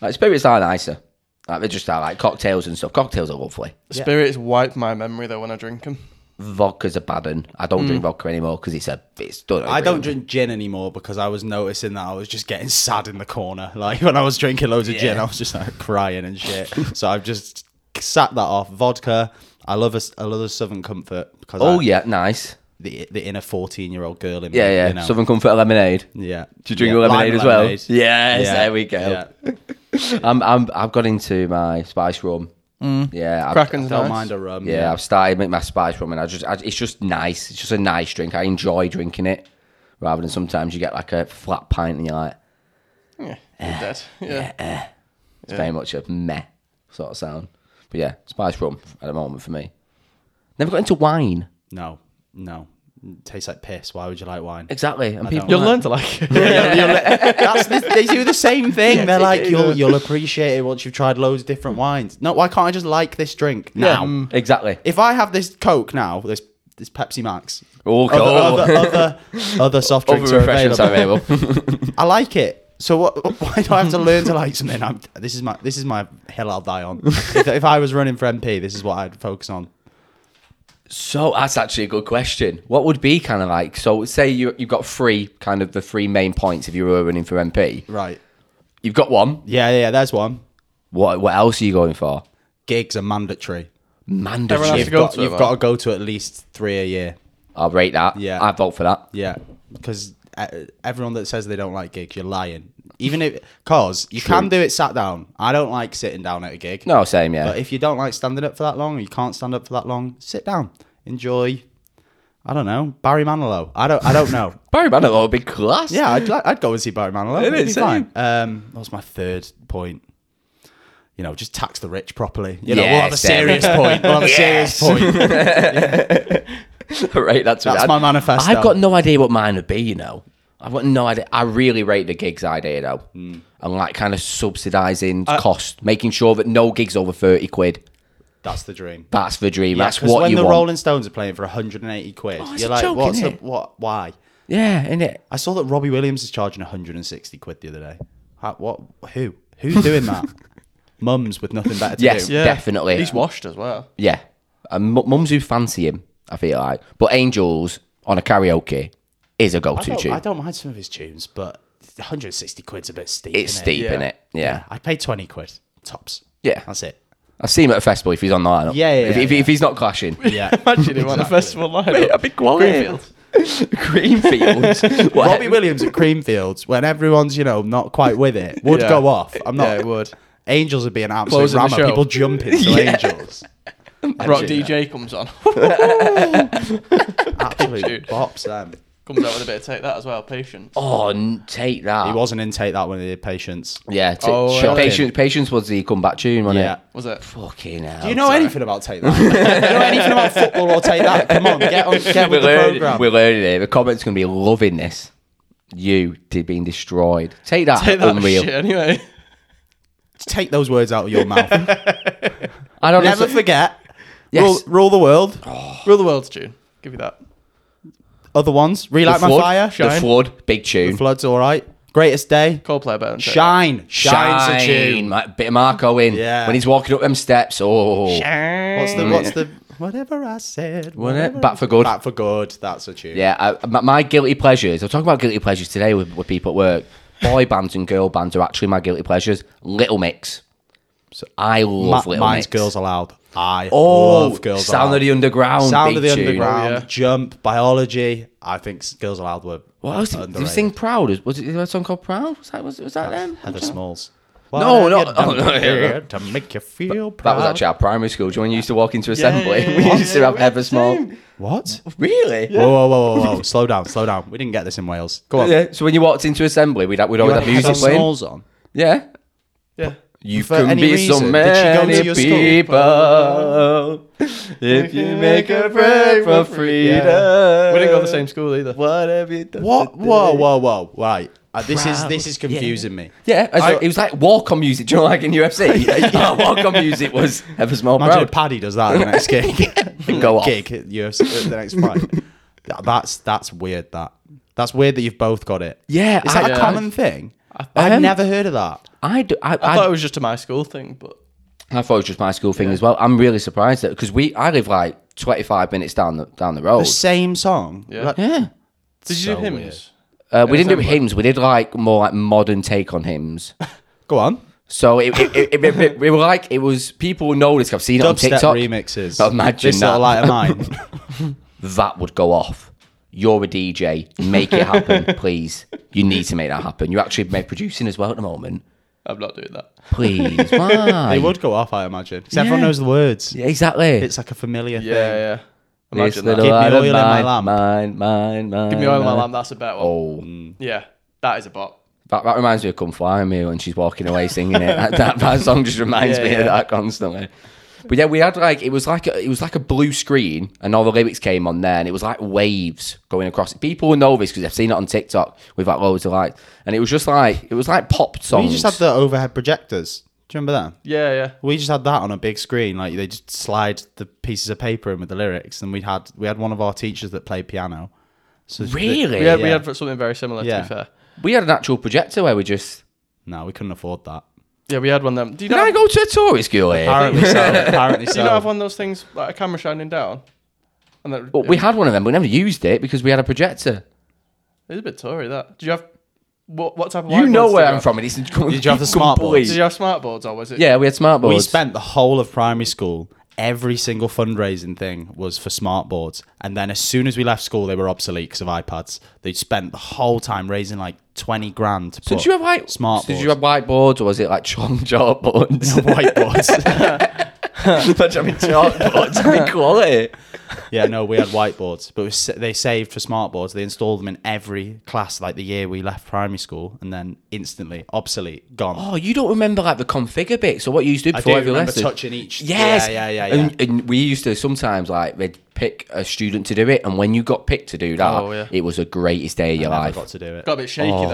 Like spirits are nicer. Like they just are like cocktails and stuff. Cocktails are lovely.
Spirits wipe my memory though when I drink them.
Vodka's a bad un. I don't drink vodka anymore because it's a it's done.
I don't drink gin anymore because I was noticing that I was just getting sad in the corner. Like when I was drinking loads of gin, I was just like crying and shit. so I've just sat that off. Vodka. I love a, s- I love a Southern Comfort because
Oh
I-
yeah, nice.
the the inner fourteen year old girl in me.
Yeah, yeah.
You know?
Southern Comfort lemonade.
yeah.
Do you drink
Yeah,
a lemonade
lime
as well?
lemonade.
Yes,
Yeah,
there we go.
yeah.
I'm, I'm, I've got into my spice rum. Yeah, I've,
Kraken's
Don't
nice.
mind a rum.
Yeah, I've started making my spice rum, and I just, I, it's just nice. It's just a nice drink. I enjoy drinking it, rather than sometimes you get like a flat pint and you're like,
Yeah, you're dead. Yeah.
it's very much a meh sort of sound. But yeah, spice rum at the moment for me. Never got into wine.
No, no. Tastes like piss. Why would you like wine?
Exactly, and people
You'll
like-
learn to like it.
That's the, they do the same thing.
Yes,
They're
they
like,
do.
you'll you'll appreciate it once you've tried loads of different wines. No, why can't I just like this drink now?
Mm, exactly.
If I have this Coke now, this this Pepsi Max,
Oh,
other,
God.
other, other, other soft drinks
Other
are available.
refreshments are available.
I like it. So what, why do I have to learn to like something? I'm, this is my this is my hill I'll die on. if, if I was running for MP, this is what I'd focus on.
So that's actually a good question. What would be kind of like? So say you you've got three kind of the three main points if you were running for MP.
Right.
You've got one.
Yeah, yeah. There's one.
What what else are you going for?
Gigs are mandatory.
Everyone
Mandatory.
has
You've,
to go
got,
to it,
you've
man.
got to go to at least three a year.
I'll rate that.
Yeah.
I vote for that.
Yeah, because everyone that says they don't like gigs, you're lying. Even if, cause you can do it sat down. I don't like sitting down at a gig.
No, same. Yeah.
but if you don't like standing up for that long, or you can't stand up for that long, sit down, enjoy. I don't know Barry Manilow. I don't. I don't know.
Barry Manilow would be class.
yeah, I'd, li- I'd go and see Barry Manilow.
It
It'd
is,
be
same.
fine. Um, that was my third point. You know, just tax the rich properly. You know,
Yeah,
we'll have a
same.
serious point. We'll have a serious point.
rate that. To
That's
it.
my
I'd-
manifesto.
I've got no idea what mine would be. You know, I've got no idea. I really rate the gigs idea though,
Hmm.
and like kind of subsidising
Uh,
cost, making sure that no gigs over thirty quid.
That's the dream.
That's the dream.
Yeah,
That's
'cause
what
when
you
the
want. Oh,
Rolling Stones are playing for 180 quid,
it's
you're
a
like,
joke,
what's the,
innit?
what? Why?
yeah, isn't it?
I saw that Robbie Williams is charging 160 quid the other day. How, what? Who? Who's doing that? Mums with nothing better to
Yes,
do.
Yeah. Definitely.
He's washed as well.
Yeah. And mu- mums who fancy him, I feel like. But Angels on a karaoke is a go
I
to
don't, I
tune.
don't mind some of his tunes, but 160 quid's a bit steep.
It's
innit?
steep,
Yeah.
in it? Yeah.
I'd pay 20 quid tops.
Yeah.
that's it.
I've seen him at a festival if he's on the lineup.
Yeah, yeah,
if,
yeah,
if,
yeah.
if he's not clashing.
Yeah.
Imagine him on a festival lineup.
I'd be quality.
Greenfield.
Greenfield. What-
Robbie Williams at Creamfields, when everyone's you know not quite with it, would
Yeah.
go off. I'm not.
Yeah, it would.
Angels would be an absolute
Closing the
rammer.
show.
People jumping to Angels.
Rock DJ comes on.
Absolute
Dude.
bops um, them.
comes out with a bit of take that as well. Patience.
Oh, n- take that.
He was an intake that one of the patients.
Yeah. T-
Oh,
sure.
really?
Patience, Patience was the comeback tune, wasn't
Yeah.
it?
Was it?
Fucking hell.
Do you know anything about take that? Do you know anything about football or take that? Come on, get on, get
we're,
with the
learning,
program.
we're learning it. The comments going to be loving this. You did being destroyed. Take that.
Take that
unreal.
shit anyway.
Take those words out of your mouth.
I don't
Never
know.
forget.
Yes. Oh.
Rule, rule the world.
Rule the world's tune. Give you that.
Other ones. Relight my
flood,
fire.
The
Shine.
flood. Big tune.
Flood's all right. Greatest day.
Coldplay better than Take That.
Shine. Shine's a
Shine,
tune.
Ma- bit of Marco in.
Yeah.
When he's walking up them steps. Oh.
What's
Mm.
the what's the whatever I said? Whatever.
Back for good.
Back for good. That's a tune.
Yeah. I, my, my guilty pleasures. I'm talking about guilty pleasures today with, with people at work. Boy bands and girl bands are actually my guilty pleasures. Little Mix. So I love
Ma-
Little Mix.
mine's girls allowed. I
Oh,
love girls
Sound
allowed.
of the Underground.
Sound
big
of the
tune.
Underground,
Oh, yeah.
Jump, Biology. I think S- Girls Aloud were.
What else? Did they
underrated.
sing Proud? Was, was it a song called Proud? Was that, was, was that them?
Heather
That
Smalls.
No,
What
no,
have you
oh, no,
done
yeah,
here to make you feel proud.
was actually our primary school. Do you know when you used to walk into assembly?
yeah,
we
yeah,
used to
yeah,
have
we
Heather Small.
what?
Really?
Whoa, whoa, whoa, whoa, whoa! slow down, slow down. We didn't get this in Wales. Go on.
Yeah. So when you walked into assembly, we'd, we'd always
Had
have music
Heather
playing.
Smalls on.
Yeah.
Yeah.
You
For
can
any
be so
reason. Did she go
many
to your school?
people if you make a break for freedom.
We didn't go to the same school either.
Whatever you do.
What? Whoa, whoa, whoa! Right, Uh, this is
Proud.
this is confusing me.
Yeah, as-
I-
it was like walk on music. Do you know, like in UFC, Our walk on music was ever small
Imagine
proud.
if Paddy does that at the next gig.
Go off.
Gig at UFC, at the next fight. Th- That's that's weird. That That's weird that you've both got it.
Yeah,
Is
I- uh,
that a
yeah.
common thing? I've,
um,
never heard of that.
I do. I, I,
I thought it was just a my school thing, but
thought it was just my school thing as well. I'm really surprised that because we I live like 25 minutes down the down the road.
The same song.
Yeah.
Like-
Oh. Yeah.
did you
So
do hymns?
Uh, we didn't do
Assembly.
hymns. We did like more like modern take on hymns.
Go on.
So it it, it, it, it, it, were like it was people noticed. I've seen it on
Dubstep
TikTok.
remixes.
Imagine
this
that.
little light of mine.
that would go off. You're a DJ. Make it happen, please. You need to make that happen. You're actually ma- producing as well at the moment.
I'm not doing that.
Please, why?
they would go off, I imagine. 'Cause everyone
Yeah.
knows the words.
Yeah, exactly.
It's like a familiar
Yeah,
thing.
yeah. Imagine
This
that.
little
Give me
light of
oil in my
mine,
lamp.
Mine, mine, mine.
Give me oil in my lamp. That's a better one.
Oh,
Yeah, that is a bop.
that, that reminds me of "Come Fly Me" when she's walking away singing it. That, that, that song just reminds
Yeah,
me
yeah.
of that constantly. But yeah, we had like it was like a, it was like a blue screen, and all the lyrics came on there, and it was like waves going across. it. People know this because they've seen it on TikTok with like loads of like, and it was just like it was like pop songs.
We just had the overhead projectors. Do you remember that?
Yeah, yeah.
We just had that on a big screen. Like they just slide the pieces of paper in with the lyrics, and we had we had one of our teachers that played piano. So the-
really.
We had, we
Yeah.
had something very similar, to
Yeah.
be fair.
We had an actual projector where we just.
no, we couldn't afford that.
Yeah, we had one of them. Do you,
Did
not
I
have,
go to a Tory school here?
Apparently so. Apparently
do you not have
so.
one of those things, like a camera shining down? And that,
Well, we had one of them, but we never used it because we had a projector.
It's a bit Tory, that. Do you have. What, what type of
You
whiteboards
know
did
where
you
I'm
have?
from, and it's did
Did you have the smart
Did you have smart boards or was it?
Yeah, we had smart boards.
We spent the whole of primary school. Every single fundraising thing was for smart boards, and then as soon as we left school, they were obsolete because of iPads. They spent the whole time raising like twenty grand to
So
put
did you have white
smart
Did
boards.
you have whiteboards or was it like chalk chalkboards?
whiteboards?
Imagine having chalkboards. I mean, quality.
Yeah, no, we had whiteboards, but it was, they saved for smartboards. They installed them in every class, like the year we left primary school, and then instantly obsolete, gone.
Oh, you don't remember like the configure bit? So what you used to do
I
before
do
every
remember
lesson?
touching each.
Yes.
Yeah, yeah, yeah,
And, and we used to sometimes like they'd pick a student to do it, and when you got picked to do that,
Oh, yeah.
it was the greatest day of your
I
life.
forgot to do it.
Got a bit shaky,
Oh.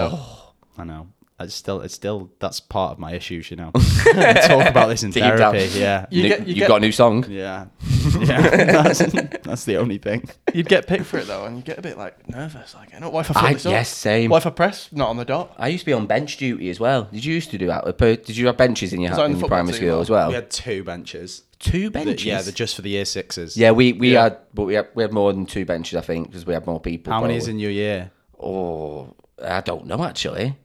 though.
I know. It's still, it's still. That's part of my issues, you know. I talk about this in
Deep down.
therapy. Yeah,
You
Nick,
get- you
you've
get-
got a new song.
yeah, yeah. That's, that's the only thing.
You'd get picked for it, though, and you get a bit, like, nervous. Like, I know, what if I fuck
I-
this up?
yes, same.
What if I press not on the dot?
I used to be on bench duty as well. Did you used to do that? Per- Did you have benches in your,
I on
in
the
your
football
primary
team,
school
though.
as well?
We had two benches.
two
The-
benches.
yeah, they're just for the year sixes.
Yeah, we, we
Yeah.
had, but we had, we had more than two benches, I think, because we had more people.
How many
probably.
is in your year?
Oh, I don't know actually.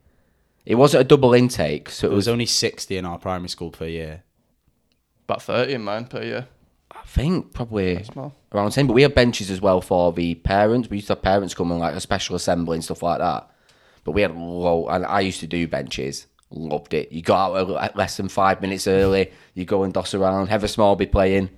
It wasn't a double intake, so it
There was
was.
only sixty in our primary school per year.
About 30 in mine per year.
I think probably
small.
around the same. But we had benches as well for the parents. We used to have parents come and like a special assembly and stuff like that. But we had low, and I used to do benches. Loved it. You got out at less than five minutes early. You go and doss around. Heather Small be playing.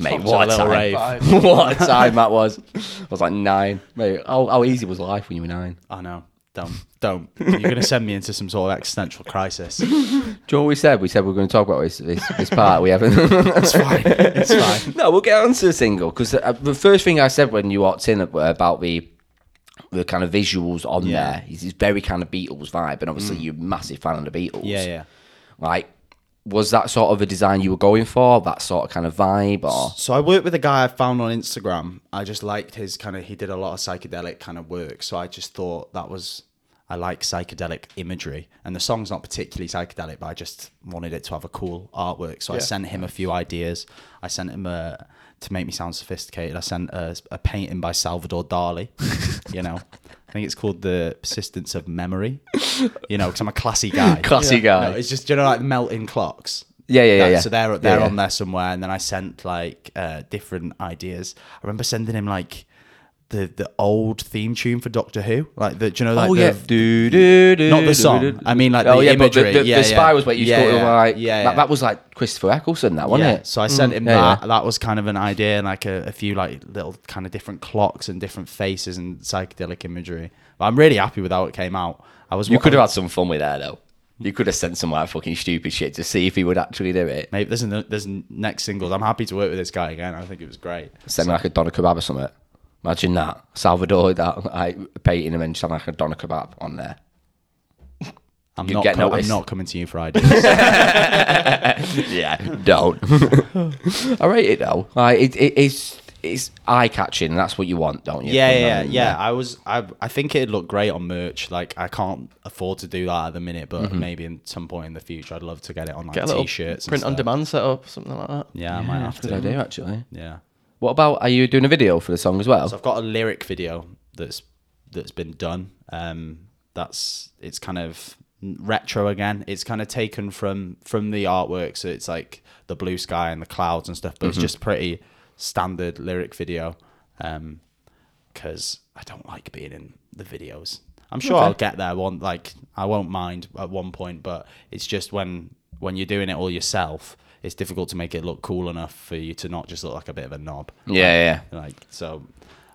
Mate,
Sounds
what
like
a
a little
time!
rave.
what a time that was. I was like nine. Mate, how, how easy was life when you were nine?
I know. Don't. Don't. You're going to send me into some sort of existential crisis.
Do you know what we said? We said we were going to talk about this this, this part. We haven't.
It's fine. It's fine.
no, we'll get on to the single because uh, the first thing I said when you walked in uh, about the the kind of visuals on
Yeah.
there
Mm.
is this very kind of Beatles vibe, and obviously you're a massive fan of the Beatles.
Yeah, yeah.
Like, was that sort of a design you were going for? That sort of kind of vibe, or
So I worked with a guy I found on Instagram. I just liked his kind of, he did a lot of psychedelic kind of work. So I just thought that was, I like psychedelic imagery. And the song's not particularly psychedelic, but I just wanted it to have a cool artwork. So I
Yeah.
sent him a few ideas. I sent him a, to make me sound sophisticated, I sent a, a painting by Salvador Dali, you know. I think it's called The Persistence of Memory, you know, because I'm a classy guy.
classy guy?
No, it's just you know like melting clocks.
Yeah, yeah, yeah,
That-
yeah.
So they're they're
Yeah, yeah.
on there somewhere, and then I sent like uh, different ideas. I remember sending him like the the old theme tune for Doctor Who, like the do you know like
oh
the,
yeah, do, do, do,
not
do,
the song.
do.
I mean like
oh
the
yeah,
imagery.
but the, the,
yeah,
the
yeah.
spy was what you
yeah,
sort of
yeah.
like.
Yeah,
That,
yeah.
that was like Christopher Eccleston, that wasn't
yeah.
it?
So I sent him
Yeah,
that.
yeah.
That was kind of an idea and like a, a few like little kind of different clocks and different faces and psychedelic imagery. But I'm really happy with how it came out. I was
You could have had some fun with that though. You could have sent some like fucking stupid shit to see if he would actually do it.
Maybe there's an, there's an next singles. I'm happy to work with this guy again. I think it was great.
Send me like a doner kebab or something. Imagine that. Salvador that like painting him and just having like a doner kebab on there.
I'm
You'd
not.
get
com- I'm
noticed.
not coming to you for ideas.
yeah, don't. I rate it though. Like it, it, it's it's eye catching. That's what you want, don't you?
yeah,
From
yeah, yeah,
them,
yeah. I was, I, I think it'd look great on merch. Like, I can't afford to do that at the minute, but maybe in some point in the future, I'd love to get it on like
Mm-hmm. Get a little
t-shirts, and
print on
stuff.
demand set up, something like that.
Yeah, I might have
Good
to.
idea, actually.
Yeah.
What about are you doing a video for the song as well?
So I've got a lyric video that's that's been done. Um, that's it's kind of retro again. It's kind of taken from from the artwork, so it's like the blue sky and the clouds and stuff, but it's just pretty standard lyric video. Um, because I don't like being in the videos. I'm sure I'll get there one like I won't mind at one point, but it's just when when you're doing it all yourself, it's difficult to make it look cool enough for you to not just look like a bit of a knob
yeah, yeah.
like so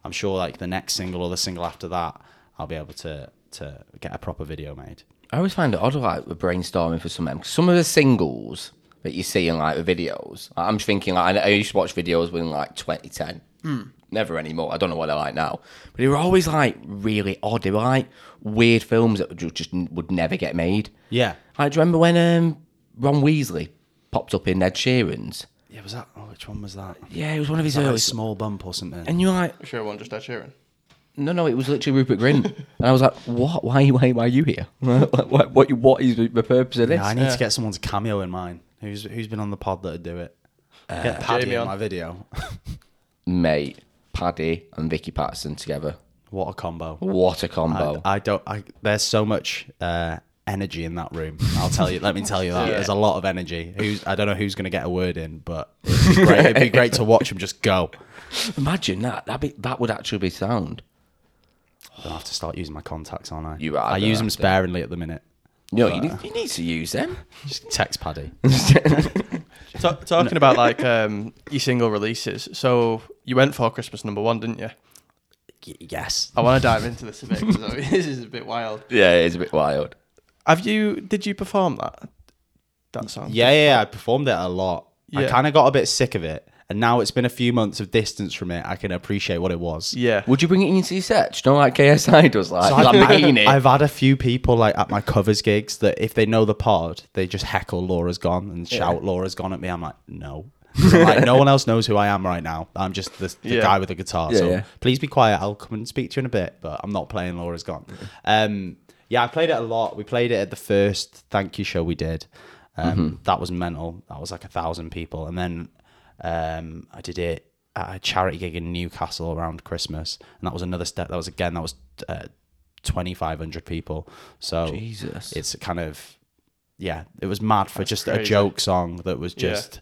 i'm sure like the next single or the single after that i'll be able to to get a proper video made
I always find it odd, like with brainstorming for some of them. Some of the singles that you see in like the videos, like, I'm thinking like I, I used to watch videos when like 2010.
Hmm.
Never anymore. I don't know what they're like now, but they were always like really odd. They were like weird films that ju- just n- would never get made.
yeah
Like, do you remember when um, Ron Weasley popped up in Ed Sheeran's?
yeah was that oh, which one was that
Yeah, it was one of his
That, like,
early.
small bump or something
And you're like,
I'm sure I won't just Ed Sheeran.
No, no, it was literally Rupert Grint, and I was like, "What? Why? Why? Why are you here? what, what? What? What is the purpose of this?"
Yeah, i need to get someone's cameo in mine who's who's been on the pod that'd do it get paddy
Jamie
in
on.
my video
Mate, Paddy and Vicky Patterson together.
what a combo
What a combo!
I, I don't i there's so much uh energy in that room i'll tell you let me tell you that there's a lot of energy who's i don't know who's going to get a word in but it'd be great, it'd be great to watch them just go
Imagine that. That be that would actually be sound.
Then I have to start using my contacts, aren't I?
You are,
I
don't
use them
have to.
sparingly at the minute.
No, you need, you need to use them.
Just text Paddy.
Ta- talking about like um, your single releases, so you went for Christmas number one, didn't you?
yes.
I want to dive into this a bit because this is a bit wild.
Yeah, it's a bit wild.
Have you? Did you perform that? That song?
Yeah, yeah, yeah, I performed it a lot. I
Yeah.
kind of got a bit sick of it, and now it's been a few months of distance from it. I can appreciate what it was.
Yeah.
Would you bring it into your set? Do you know, like KSI does, like
So I've,
Lamborghini.
I've, I've had a few people like at my covers gigs that if they know the pod, they just heckle Laura's gone and shout Laura's gone at me. I'm like, no. 'Cause I'm like, no one else knows who I am right now. I'm just the, the
Yeah.
guy with the guitar.
Yeah,
so
yeah.
please be quiet. I'll come and speak to you in a bit, but I'm not playing Laura's Gone. Um, yeah, I played it a lot. We played it at the first thank you show we did. Um,
Mm-hmm.
That was mental. That was like a thousand people. And then um, I did it at a charity gig in Newcastle around Christmas. And that was another step. That was again, that was uh, 2,500 people. So
Jesus.
it's kind of, yeah, it was mad for just a
crazy.
joke song that was
Yeah.
just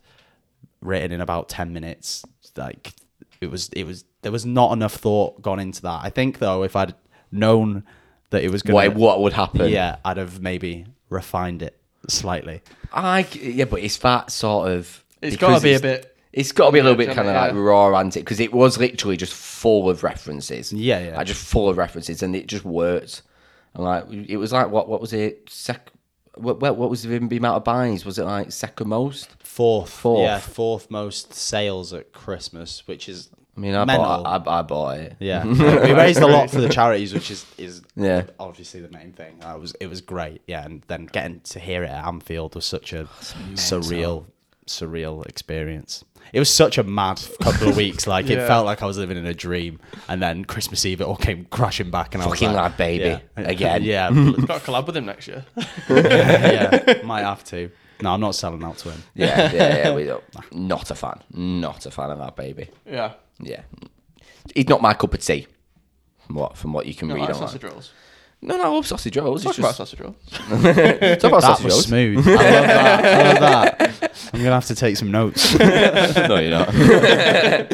written in about 10 minutes like it was it was there was not enough thought gone into that i think though if i'd known that it was going
what, what would happen?
yeah i'd have maybe refined it slightly
I yeah, but it's that sort of.
It's
because
gotta be a bit-
It's got to be a little bit
Yeah,
kind of
yeah.
like raw antic because it was literally just full of references.
Yeah, yeah.
Like just full of references, and it just worked. And like it was like what what was it? Sec. What what, what was the amount of buys? Was it like second most?
fourth
Fourth.
yeah fourth most sales at christmas which is
I mean, I
mental.
bought I, I bought it.
yeah we raised a lot for the charities which is is
Yeah.
obviously the main thing i was it was great yeah and then getting to hear it at anfield was such a surreal surreal experience it was such a mad couple of weeks like it
Yeah.
felt like i was living in a dream and then christmas eve it all came crashing back and i was
Fucking
like
lad, baby,
yeah.
again.
yeah
Got a collab with him next year.
yeah might have to no i'm not selling out to him
Yeah, yeah, yeah. We don't, not a fan. Not a fan of that baby.
yeah.
Yeah, he's not my cup of tea. From what from what you can
No,
read
like
online.
sausage rolls.
No, no, I love sausage rolls.
Talk
It's
about
just,
sausage rolls.
talk about
that
sausage
was
rolls.
smooth i love that i love that i'm gonna have to take some notes
no, you're not.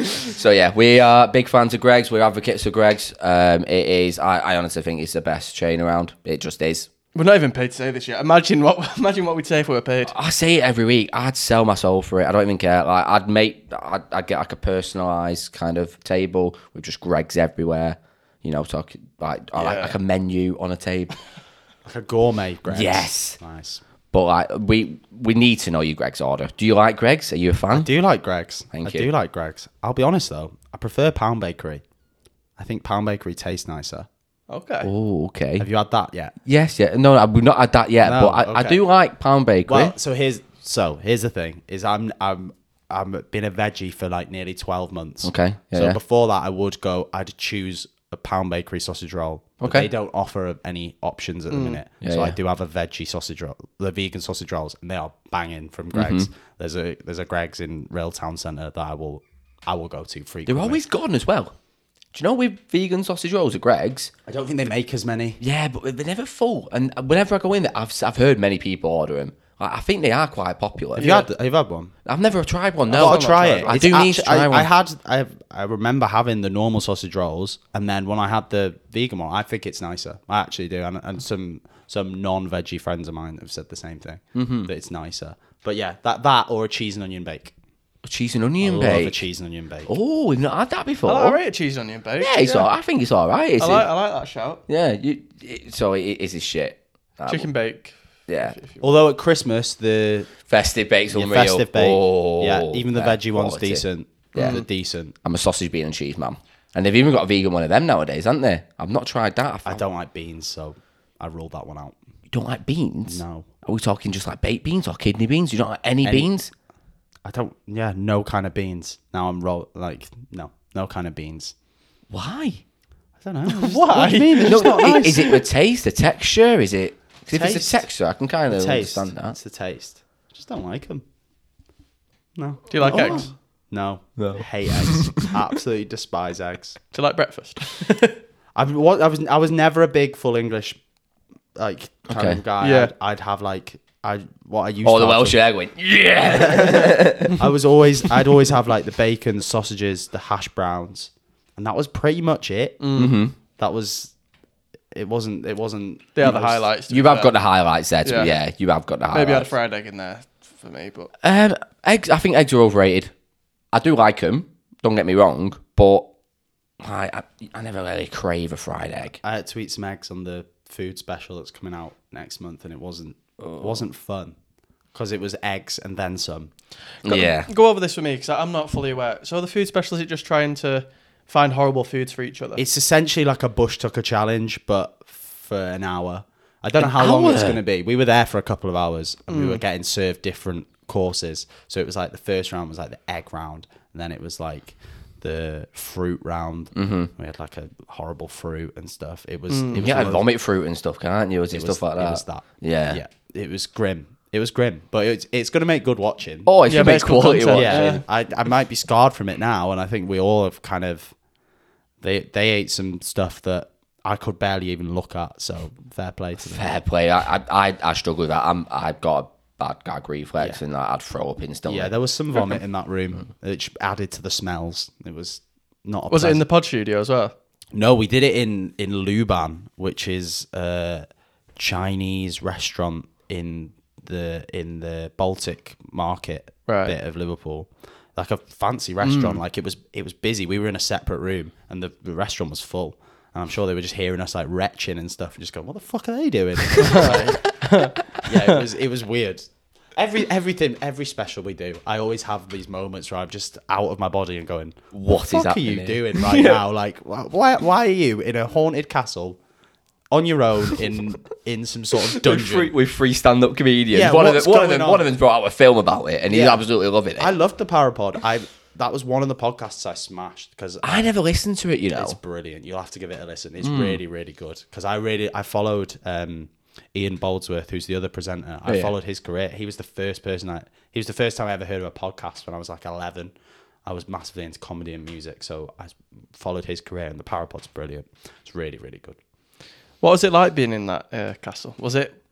so yeah, we are big fans of Greg's. We're advocates of Greg's. Um, it is. I, I honestly think it's the best chain around. It just is.
We're not even paid to say this yet. Imagine what imagine what we'd say if we were paid.
I say it every week. I'd sell my soul for it. I don't even care. Like I'd make. I'd, I'd get like a personalized kind of table with just Greg's everywhere. You know, talk like or like,
Yeah.
like a menu on a table.
like a gourmet Greg's.
Yes.
nice
But like we we need to know you Greg's order. Do you like Greg's? Are you a fan?
do like Greg's.
Thank
I
you.
do like Greg's. I'll be honest though, I prefer Pound Bakery. I think Pound Bakery tastes nicer.
Okay.
Oh, okay.
Have you had that yet?
Yes, yeah. No, no, we've not had that yet.
No,
but I, I
okay.
do like Pound Bakery.
Well, so here's so here's the thing: is I'm I'm I've been a veggie for like nearly 12 months.
Okay, yeah,
so
yeah.
before that, I would go, I'd choose a pound bakery sausage roll. But
Okay.
They don't offer any options at the minute.
Yeah,
so I
yeah.
do have a veggie sausage roll, the vegan sausage rolls, and they are banging from Greg's.
Mm-hmm.
There's a there's a Greg's in Rail Town Centre that I will I will go to
They're
frequently.
always gone as well. Do you know with vegan sausage rolls at Greg's?
I don't think they make as many.
Yeah, but they're never full. And whenever I go in there, I've, s- I've heard many people order them. I, I think they are quite popular.
Have you had have you had one?
I've never tried one. No,
No, I'll
I've not
try
tried
it.
one. I
It's
do need to
actu-
try
I,
one.
I had I, I remember having the normal sausage rolls, and then when I had the vegan one, I think it's nicer. I actually do, and, and some some non veggie friends of mine have said the same thing
Mm-hmm.
that it's nicer. But yeah, that that or a cheese and onion bake.
cheese and onion
Love a
bake.
cheese and onion bake.
Oh, we've not had that before.
I like I rate a cheese and onion bake.
Yeah, it's all. I think it's all right. Is
I
it?
like, I like that shout.
yeah. You, it, so it it is his shit. I
Chicken bake.
would- yeah.
Although at Christmas the
Festive bakes
the
unreal.
festive bake,
Oh,
yeah, even the
yeah,
veggie one's
quality.
decent. Yeah, they're decent.
I'm a sausage, bean, and cheese man. And they've even got a vegan one of them nowadays, haven't they? I've not tried that. I,
I
found-
don't like beans, so I ruled that one out.
You don't like beans?
No.
Are we talking just like baked beans or kidney beans? You don't like any, beans?
I don't. Yeah, no kind of beans. Now I'm roll like no, no kind of beans.
Why?
I don't know. Why? What do you mean? It's
No,
just not
i-
nice.
is it the taste, the texture? Is it? 'cause if it's
Taste.
the texture, I can kind of
taste.
understand that.
It's the taste. Just don't like them. No.
Do you like eggs? Do
No. No. Hate eggs. Absolutely despise eggs.
you like breakfast?
I've, wa- I was I was never a big full English like kind
Okay.
of guy.
Yeah.
I'd, I'd have like I what I used.
Or
to
the
have
Welsh egg went, yeah.
was- I was always I'd always have like the bacon, sausages, the hash browns, and that was pretty much it. Mm-hmm. That was. It wasn't. It wasn't.
They are the
most-
highlights. to
You
be
have
fair.
got the highlights there. To yeah.
Yeah.
yeah, you have got the highlights.
Maybe I had a fried egg in there for me, but
Um, eggs. I think eggs are overrated. I do like them. Don't get me wrong, but I I, I never really crave a fried egg.
I had to eat some eggs on the food special that's coming out next month, and it wasn't
Oh.
it wasn't fun because it was eggs and then some.
yeah.
go over this with me because I'm not fully aware. So the food specialists are just trying to find horrible foods for each other.
It's essentially like a bush tucker challenge, but for an hour. I don't know how long it's
hour? Mm.
going to be. We were there for a couple of hours, and we were getting served different courses. So it was like the first round was like the egg round, and then it was like the fruit round.
Mm-hmm.
We had like a horrible fruit and stuff. It was it
You
was
get
one
like
of those-
vomit fruit and stuff, can't you? Is it,
It
stuff
was-
like that?
It was that.
Yeah.
Yeah. It was grim. It was grim, but it's it's gonna make good watching.
Oh, if
Yeah,
you
but
make
it's good
quality
content,
watching.
yeah.
yeah.
I I might be scarred from it now, and I think we all have kind of. They they ate some stuff that I could barely even look at. So fair play to them.
Fair play. I I, I, I struggle with that. I'm I've got a bad gag reflex and I, I'd throw up instantly.
Yeah, there was some vomit in that room, which added to the smells. It was not. A
was it in
pleasant-
the pod studio as well?
No, we did it in in Luban, which is a Chinese restaurant in the in the Baltic market
Right.
bit of Liverpool. Like a fancy restaurant. Like it was it was busy. We were in a separate room and the, the restaurant was full. And I'm sure they were just hearing us like retching and stuff and just going, What the fuck are they doing? Like, yeah, it was it was weird. Every everything, every special we do, I always have these moments where I'm just out of my body and going,
What is
fuck are
happening
you
here?"
doing right now? Like, wh- why why are you in a haunted castle on your own in in some sort of
With free,
dungeon?
with free stand-up comedians.
Yeah,
one of
what's
them, one of
going
them,
on?
one of them's brought out a film about it, and he's
Yeah.
absolutely loving it.
I
I,
loved the Parapod. I that was one of the podcasts I smashed because
never listened to it, you know.
it's brilliant. You'll have to give it a listen. It's
Hmm.
really really good because I really I followed um, Ian Boldsworth, who's the other presenter. I
Oh, yeah.
followed his career. He was the first person I. He was the first time I ever heard of a podcast when I was like eleven. I was massively into comedy and music, so I followed his career. And the Parapod's brilliant. It's really really good.
What was it like being in that uh, castle? Was it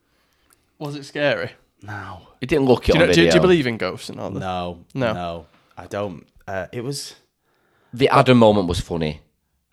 was it scary?
Now.
It didn't look it
Do
on
you, know, do, you-
video.
do you believe in ghosts and all that?
No,
No.
no, no. I don't. Uh, it was
the Adam moment was funny.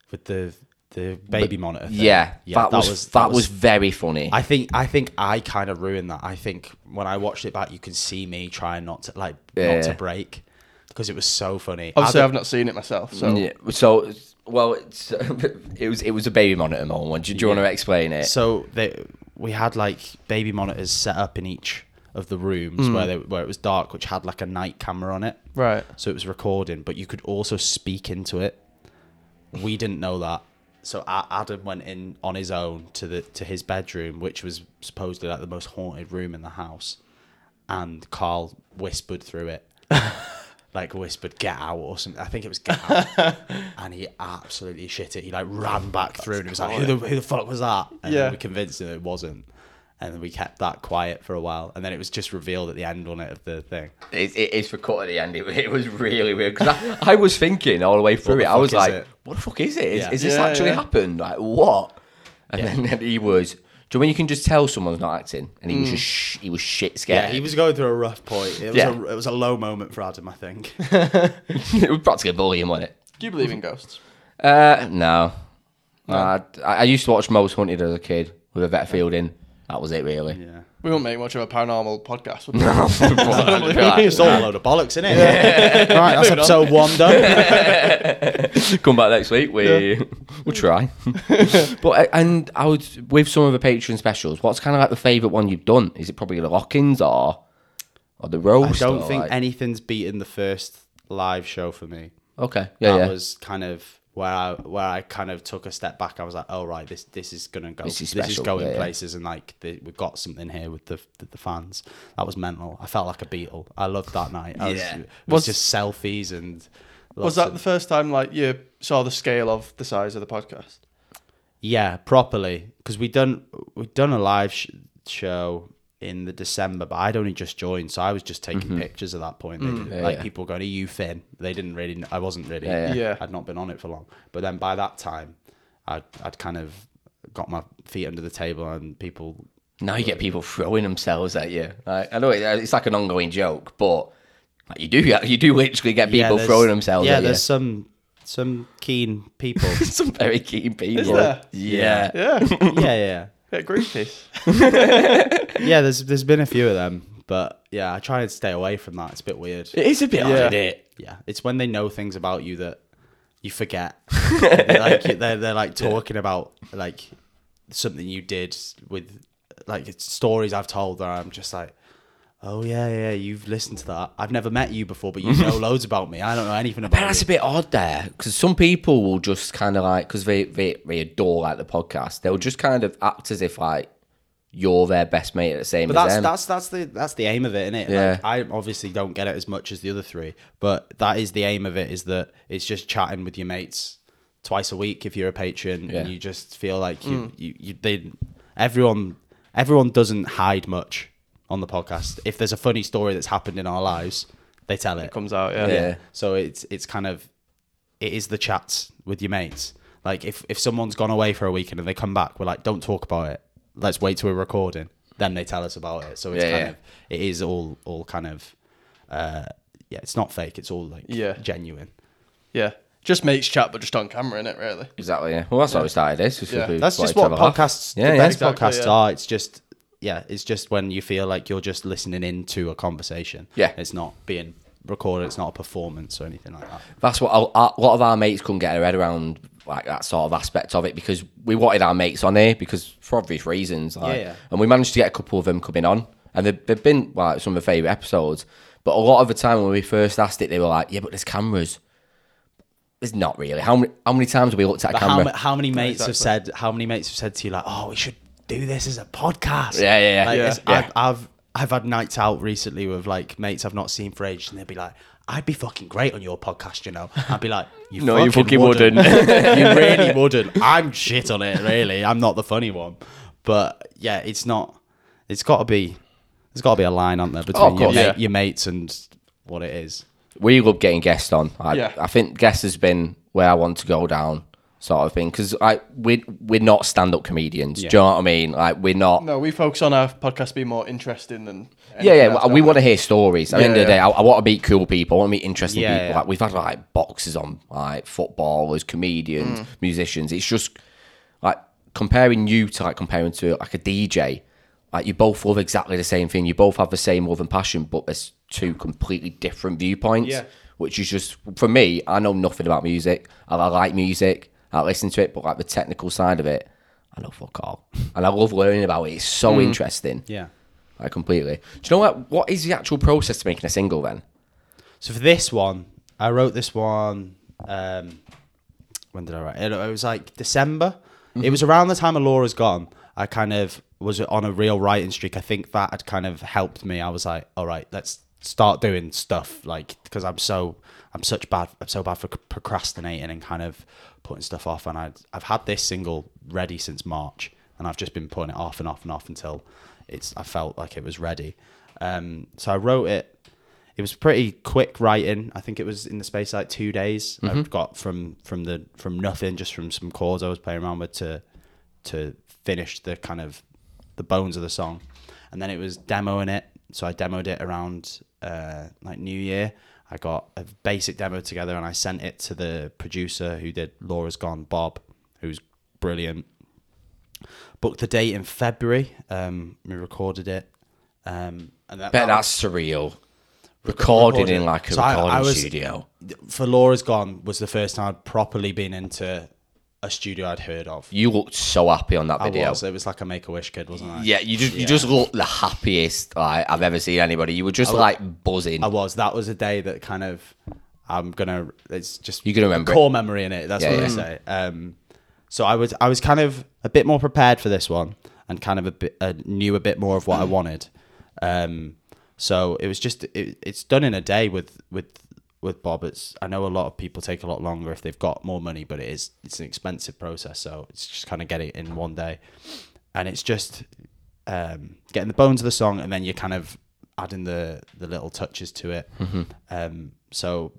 with the the baby monitor. Thing.
Yeah, that, was, that, was, very funny.
I think I think I kind of ruined that. I think when I watched it back, you can see me trying not to like
Yeah.
not to break because it was so funny.
Obviously,
Adam-
I've not seen it myself, so
Yeah, so well, it's, it was it was a baby monitor moment. Do, you- do you want to explain it?
so they, we had like baby monitors set up in each of the rooms
Hmm.
where they, where it was dark, which had like a night camera on it.
right.
so it was recording, but you could also speak into it. We didn't know that, so A- Adam went in on his own to the to his bedroom, which was supposedly like the most haunted room in the house, and Carl whispered through it, like whispered "get out" or something. I think it was "get out," and he absolutely shit it. He like ran back through and it was like, "Who the, who the fuck was that?" And
Yeah.
then we convinced him it wasn't, and then we kept that quiet for a while, and then it was just revealed at the end on it of the thing.
It, it is for cut at the end. It, it was really weird because I, I was thinking all the way through
the
it. I
fuck
was
is
like,
it?
"What the fuck is it? Is,
Yeah.
is this
Yeah,
actually
yeah.
happened? Like what?" And then, then he was. Do you know when you can just tell someone's not acting, and he was just sh- he was shit
Hmm. Yeah,
scared.
he was going through a rough point. It was
Yeah.
a, it was a low moment for Adam, I think.
it was practically bullying, wasn't it?
Do you believe in ghosts?
Uh, no. Uh, I, I used to watch Most Hunted as a kid with Yvette Fielding. That was it, really.
yeah.
We won't make much of a paranormal podcast. would we?
It's all a load of bollocks, isn't it? right, that's episode one done.
Come back next week. We we'll try. but uh, and I would with some of the Patreon specials. What's kind of like the favourite one you've done? Is it probably the Lockins or or the
I
roast?
don't
or,
think
like-
anything's beaten the first live show for me.
okay. Oh, Yeah,
that
yeah.
was kind of where I where I kind of took a step back. I was like, oh right, this this is gonna go,
This
this
is
is,
special,
going
yeah, yeah.
places, and like the, we've got something here with the, the the fans. That was mental. I felt like a Beatle. I loved that night. I was,
Yeah.
it was,
Was-
just selfies and.
Was
lots
that
of-
the first time like you saw the scale of the size of the podcast?
Yeah, properly because we done we done a live sh- show in the December, but I'd only just joined, so I was just taking pictures at that point. They didn't-
Mm. Yeah,
like
yeah.
people going, "Are you Finn?" They didn't really. kn- I wasn't really.
Yeah, yeah.
Yeah.
I'd not been on it for long. But then by that time, I'd I'd kind of got my feet under the table and people.
Now you get people throwing themselves at you. Like, I know it, uh, it's like an ongoing joke, but like, you do you do literally get people
there's-
throwing themselves
Yeah,
at you.
there's some some keen people.
Some very keen people.
there?
Yeah.
Yeah,
yeah, yeah,
yeah, Greenpeace.
yeah. yeah. There's there's been a few of them, but yeah, I try and stay away from that. It's a bit weird.
It is a bit
Yeah.
odd, isn't it?
Yeah, it's when they know things about you that you forget. they're like they're, they're like talking about like something you did with like it's stories I've told that I'm just like, oh yeah, yeah, you've listened to that. I've never met you before, but you know loads about me. I don't know anything
But
about
that's a
you.
bit odd there because some people will just kind of like because they, they they adore like the podcast. They'll just kind of act as if like you're their best mate at the same.
But
as
that's
them.
that's that's the that's the aim of it, isn't it?
Yeah.
Like, I obviously don't get it as much as the other three, but that is the aim of it. Is that it's just chatting with your mates twice a week if you're a patron,
Yeah.
and you just feel like you, you you they everyone everyone doesn't hide much on the podcast. If there's a funny story that's happened in our lives, they tell it.
Comes out, yeah.
Yeah.
So it's it's kind of it is the chats with your mates. Like if if someone's gone away for a weekend and they come back, we're like, don't talk about it. Let's wait till we're recording. Then they tell us about it. So it's
Yeah,
kind
yeah.
of it is all all kind of uh yeah, it's not fake. It's all like
Yeah.
genuine.
Yeah. Just mates chat, but just on camera, innit, really?
exactly. Yeah. Well, that's how we started this. was 'cause
Yeah.
we
That's
wanted
just
to
what
have a laugh.
podcasts
Yeah,
the
yeah.
best
Exactly,
podcasts
yeah.
are. It's just yeah, it's just when you feel like you're just listening into a conversation.
Yeah.
It's not being recorded, it's not a performance or anything like that.
That's what a, a lot of our mates couldn't get their head around like that sort of aspect of it because we wanted our mates on here because for obvious reasons. Like,
Yeah, yeah.
And we managed to get a couple of them coming on, and they've, they've been like some of my favourite episodes. But a lot of the time when we first asked it, they were like, "Yeah, but there's cameras." There's not really. How many how many times have we looked at a
But how,
camera?
ma- how many mates have said how many mates have said to you like oh we should do this as a podcast
Yeah, yeah, yeah.
Like,
Yeah.
it's-
Yeah.
I've, I've I've had nights out recently with like mates I've not seen for ages and they'd be like I'd be fucking great on your podcast you know I'd be like you
No,
fucking
you fucking
you really wouldn't I'm shit on it really I'm not the funny one but yeah it's not it's got to be there's got to be a line aren't there between your,
Oh, course.
ma-
Yeah.
your mates and what it is
we love getting guests on. I,
Yeah.
I think guests has been where I want to go down, sort of thing. Because like we we're not stand up comedians. Do you know what I mean? Like we're not.
No, we focus on our podcast being more interesting than.
Yeah,
anything
yeah.
else,
We,
don't
want to hear stories. At the end of the day, I, I want to meet cool people. I want to meet interesting
Yeah,
people.
yeah.
Like we've had like boxers on, like footballers, comedians,
Mm.
musicians. It's just like comparing you to like comparing to like a DJ. Like you both love exactly the same thing. You both have the same love and passion, but there's two completely different viewpoints.
Yeah.
Which is just for me. I know nothing about music. I, I like music. I listen to it, but like the technical side of it, I know fuck all. And I love learning about it. It's so
Mm.
interesting.
yeah
Like completely. Do you know what? What is the actual process to making a single then?
So for this one, I wrote this one. Um, when did I write it? It was like December. It was around the time of Laura's gone. I kind of was on a real writing streak. I think that had kind of helped me. I was like, all right, let's start doing stuff like because I'm so I'm such bad I'm so bad for c- procrastinating and kind of putting stuff off and I I've had this single ready since March and I've just been putting it off and off and off until it's I felt like it was ready. Um, so I wrote it. It was pretty quick writing. I think it was in the space of like two days. I've got from from the from nothing, just from some chords I was playing around with to to finish the kind of the bones of the song. And then it was demoing it. So I demoed it around uh, like New Year. I got a basic demo together and I sent it to the producer who did Laura's Gone, Bob, who's brilliant. Booked the date in February. Um, we recorded it. Um, and that,
Bet
that
that's surreal. Recorded in
recorded.
like a
So I-
recording
I was-
studio.
for Laura's Gone was the first time I'd properly been into a studio I'd heard of.
You looked so happy on that
I
video.
was. It was like a Make a Wish kid, wasn't I?
Yeah, you just you just looked the happiest like, I've ever seen anybody. You were just like buzzing.
I was. That was a day that kind of I'm gonna. It's just
You're gonna remember
core memory in it. That's
Yeah,
what
yeah.
I say. Um, so I was I was kind of a bit more prepared for this one and kind of a bit uh, knew a bit more of what I wanted. Um, so it was just it, it's done in a day with with with Bob. It's I know a lot of people take a lot longer if they've got more money, but it is it's an expensive process. So it's just kind of get it in one day, and it's just um, getting the bones of the song, and then you're kind of adding the the little touches to it.
Mm-hmm.
Um, so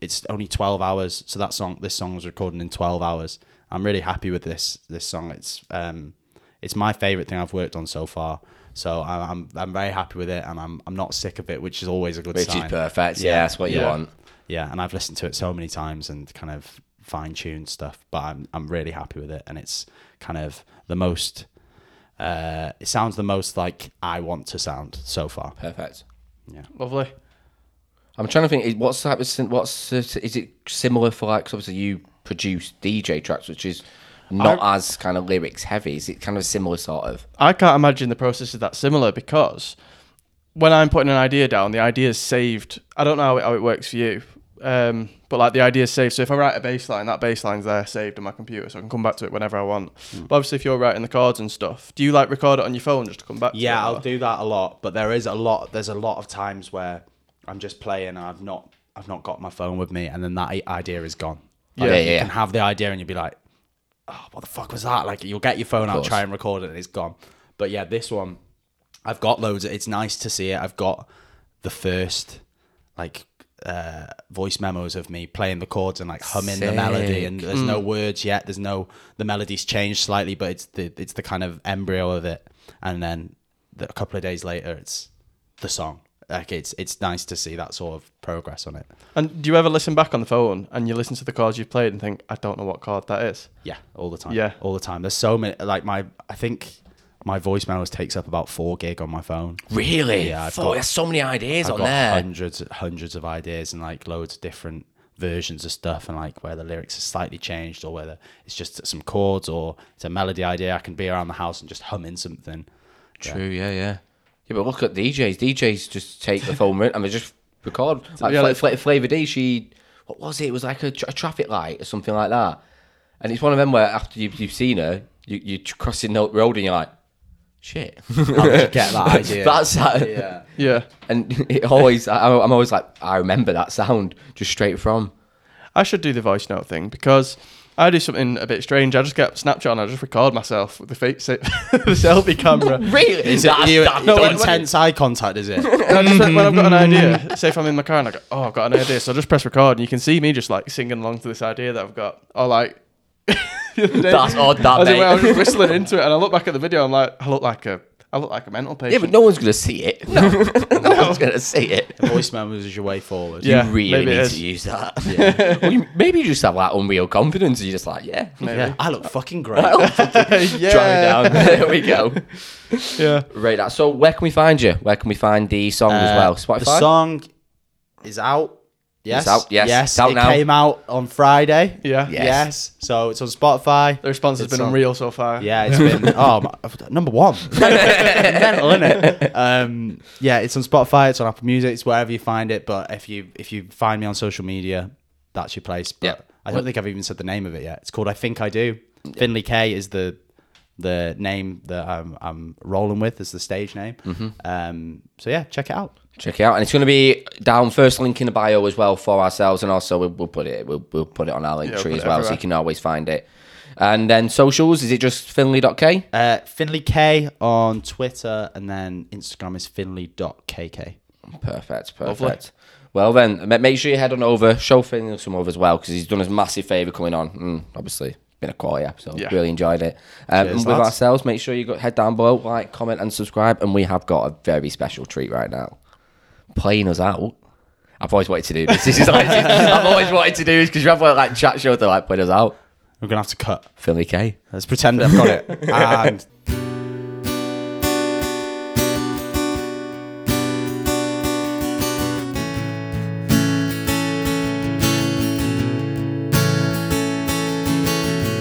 it's only 12 hours so that song this song was recorded in 12 hours i'm really happy with this this song it's um it's my favorite thing i've worked on so far so I- i'm i'm very happy with it and i'm i'm not sick of it which is always a good
Which is
sign
perfect. Yeah, that's what you want.
yeah and i've listened to it so many times and kind of fine-tuned stuff but i'm i'm really happy with it and it's kind of the most uh it sounds the most like i want to sound so far
Perfect.
Lovely.
I'm trying to think. it- What's that? What's uh, is it similar for like? 'cause obviously, you produce DJ tracks, which is not as kind of lyrics heavy. Is it kind of similar sort of?
I can't imagine the process is that similar because when I'm putting an idea down, the idea is saved. I don't know how it, how it works for you, um, but like the idea is saved. So if I write a bass line, that bass line's there saved on my computer, so I can come back to it whenever I want. But obviously, if you're writing the chords and stuff, do you like record it on your phone just to come back? to
Yeah,
it,
I'll
or-
do that a lot, but there is a lot. There's a lot of times where I'm just playing. And I've not, I've not got my phone with me, and then that i- idea is gone. Like,
Yeah,
you
yeah.
can have the idea, and you'll be like, "Oh, what the fuck was that?" Like, you'll get your phone out,
course.
try and record it, and it's gone. But yeah, this one, I've got loads. Of, it's nice to see it. I've got the first, like. Uh, voice memos of me playing the chords and like humming the
Sick.
melody
Mm.
and there's no words yet there's no the melody's changed slightly but it's the it's the kind of embryo of it and then the, a couple of days later it's the song like it's it's nice to see that sort of progress on it
And do you ever listen back on the phone and you listen to the chords you've played and think, I don't know what chord that is?
yeah all the time
Yeah.
all the time there's so many like my i think my voicemails takes up about four gig on my phone
Really?
Yeah, I've
Fuck,
got-
there's so many ideas
I've
on
got
there.
hundreds hundreds of ideas and like loads of different versions of stuff and like where the lyrics are slightly changed or whether it's just some chords or it's a melody idea. I can be around the house and just humming something.
True. Yeah, yeah. Yeah, but look at DJs. DJs just take the phone and they just record. Like
Yeah,
Fla-
like-
Fla- Flavor D, she what was it? It was like a, tra- a traffic light or something like that. And it's one of them where after you've, you've seen her, you, you're tr- crossing the road and you're like, shit.
How did you get that idea?
That's that.
yeah.
Yeah.
And it always, I, I'm always like, I remember that sound just straight from.
I should do the voice note thing because I do something a bit strange. I just get Snapchat and I just record myself with the, fake, se- the selfie camera.
Really?
Is it
That's-
you-
that's
no,
done.
intense eye contact, is it?
And I just, when I've got an idea, say if I'm in my car and I go, oh, I've got an idea, so I just press record and you can see me just like singing along to this idea that I've got. Or like,
That's odd,
I
that,
was, I was
mate.
just whistling into it and I look back at the video, I'm like, I look like a, I look like a mental patient.
Yeah, but no one's going to see it. No, one's going to see it.
Voice memos is your way forward.
Yeah.
you really
maybe it
need
is.
to use that. Or you, maybe you just have like unreal confidence. You're just like, yeah,
Yeah. I look fucking great.
yeah.
drive it down. there we go.
Yeah.
Right. that- So where can we find you? Where can we find the song as
Uh,
well? Uh, Spotify.
The song is out. Yes.
out, yes. It's out
it
now.
came out on Friday.
Yeah.
Yes.
Yes. So it's on Spotify.
The response has
It's
been
on-
unreal so far.
Yeah, it's been oh my, number one. Mental, innit? Um, yeah, it's on Spotify, it's on Apple Music, it's wherever you find it. But if you if you find me on social media, that's your place. But
Yeah.
I don't think I've even said the name of it yet. It's called I Think I Do. Finley K is the
Mm-hmm.
the name that I'm, I'm rolling with as the stage name. Um, so yeah, check it out.
Check it out, and it's going to be down first link in the bio as well for ourselves, and also we'll, we'll put it we'll, we'll put it on our link
Yeah, we'll
tree
put
as
it
well, so
everywhere.
you can always find it. And then socials is it just finley.k?
Uh, Finley K on Twitter, and then Instagram is finley.kk.
Perfect, perfect.
Lovely.
Well then, ma- make sure you head on over, show Finley some love as well because he's done us a massive favour coming on. Mm, obviously, been a quality episode.
Yeah.
Really enjoyed it. Um, and
Cheers,
with
lads.
ourselves, make sure you go, head down below, like, comment, and subscribe. And we have got a very special treat right now. Playing us out. I've always wanted to do this. This is like, I've always wanted to do this because you have like chat shows that like playing us out.
We're gonna have to cut.
Finley K.
Let's pretend I've got it. And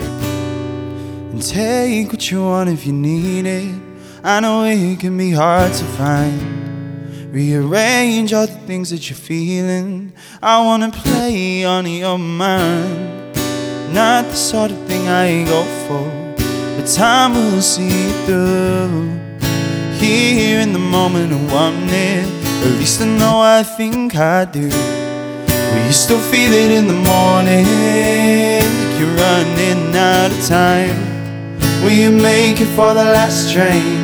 and take what you want if you need it. I know it can be hard to find. Rearrange all the things that you're feeling. I wanna play on your mind. Not the sort of thing I go for, but time will see it through. Here in the moment of oneness, at least I know I think I do. Will you still feel it in the morning? Like you're running out of time. Will you make it for the last train?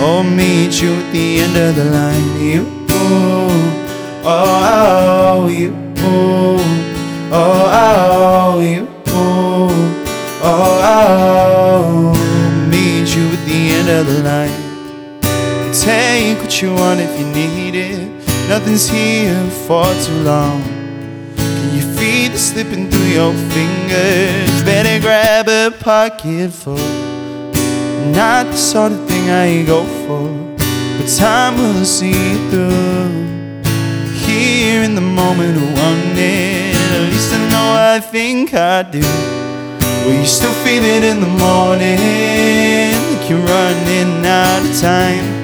Or meet you at the end of the line? You, oh, oh, you, oh, oh, you, oh, oh, meet you at the end of the line. Take what you want if you need it. Nothing's here for too long. Can you feel it slipping through your fingers? Better grab a pocketful. Not the sort of thing I go for, but time will see it through. Here in the moment of oneness, at least I know I think I do. Will you still feel it in the morning? Like you're running out of time.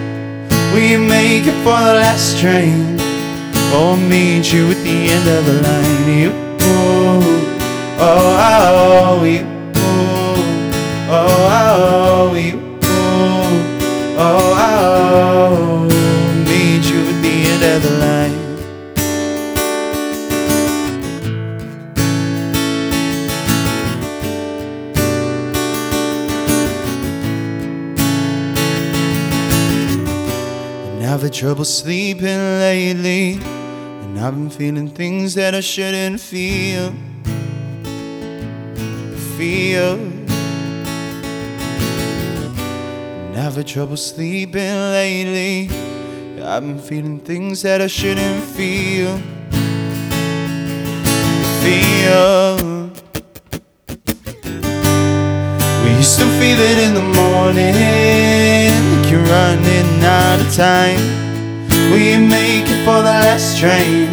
Will you make it for the last train? Or meet you at the end of the line? You, oh, oh, oh, you, oh, oh, oh, you, oh, oh, oh, meet you at the end of the line. Been having trouble sleeping lately, and I've been feeling things that I shouldn't feel. Feel. Been having trouble sleeping lately. I've been feeling things that I shouldn't feel. Feel. We used to feel it in the morning, like you're running out of time. Will you make it for the last train,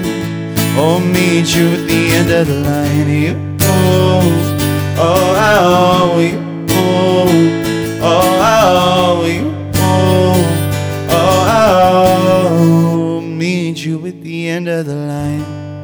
or meet you at the end of the line? You, oh, oh, oh, you, oh, oh, oh, you, oh, oh, oh, meet you at the end of the line.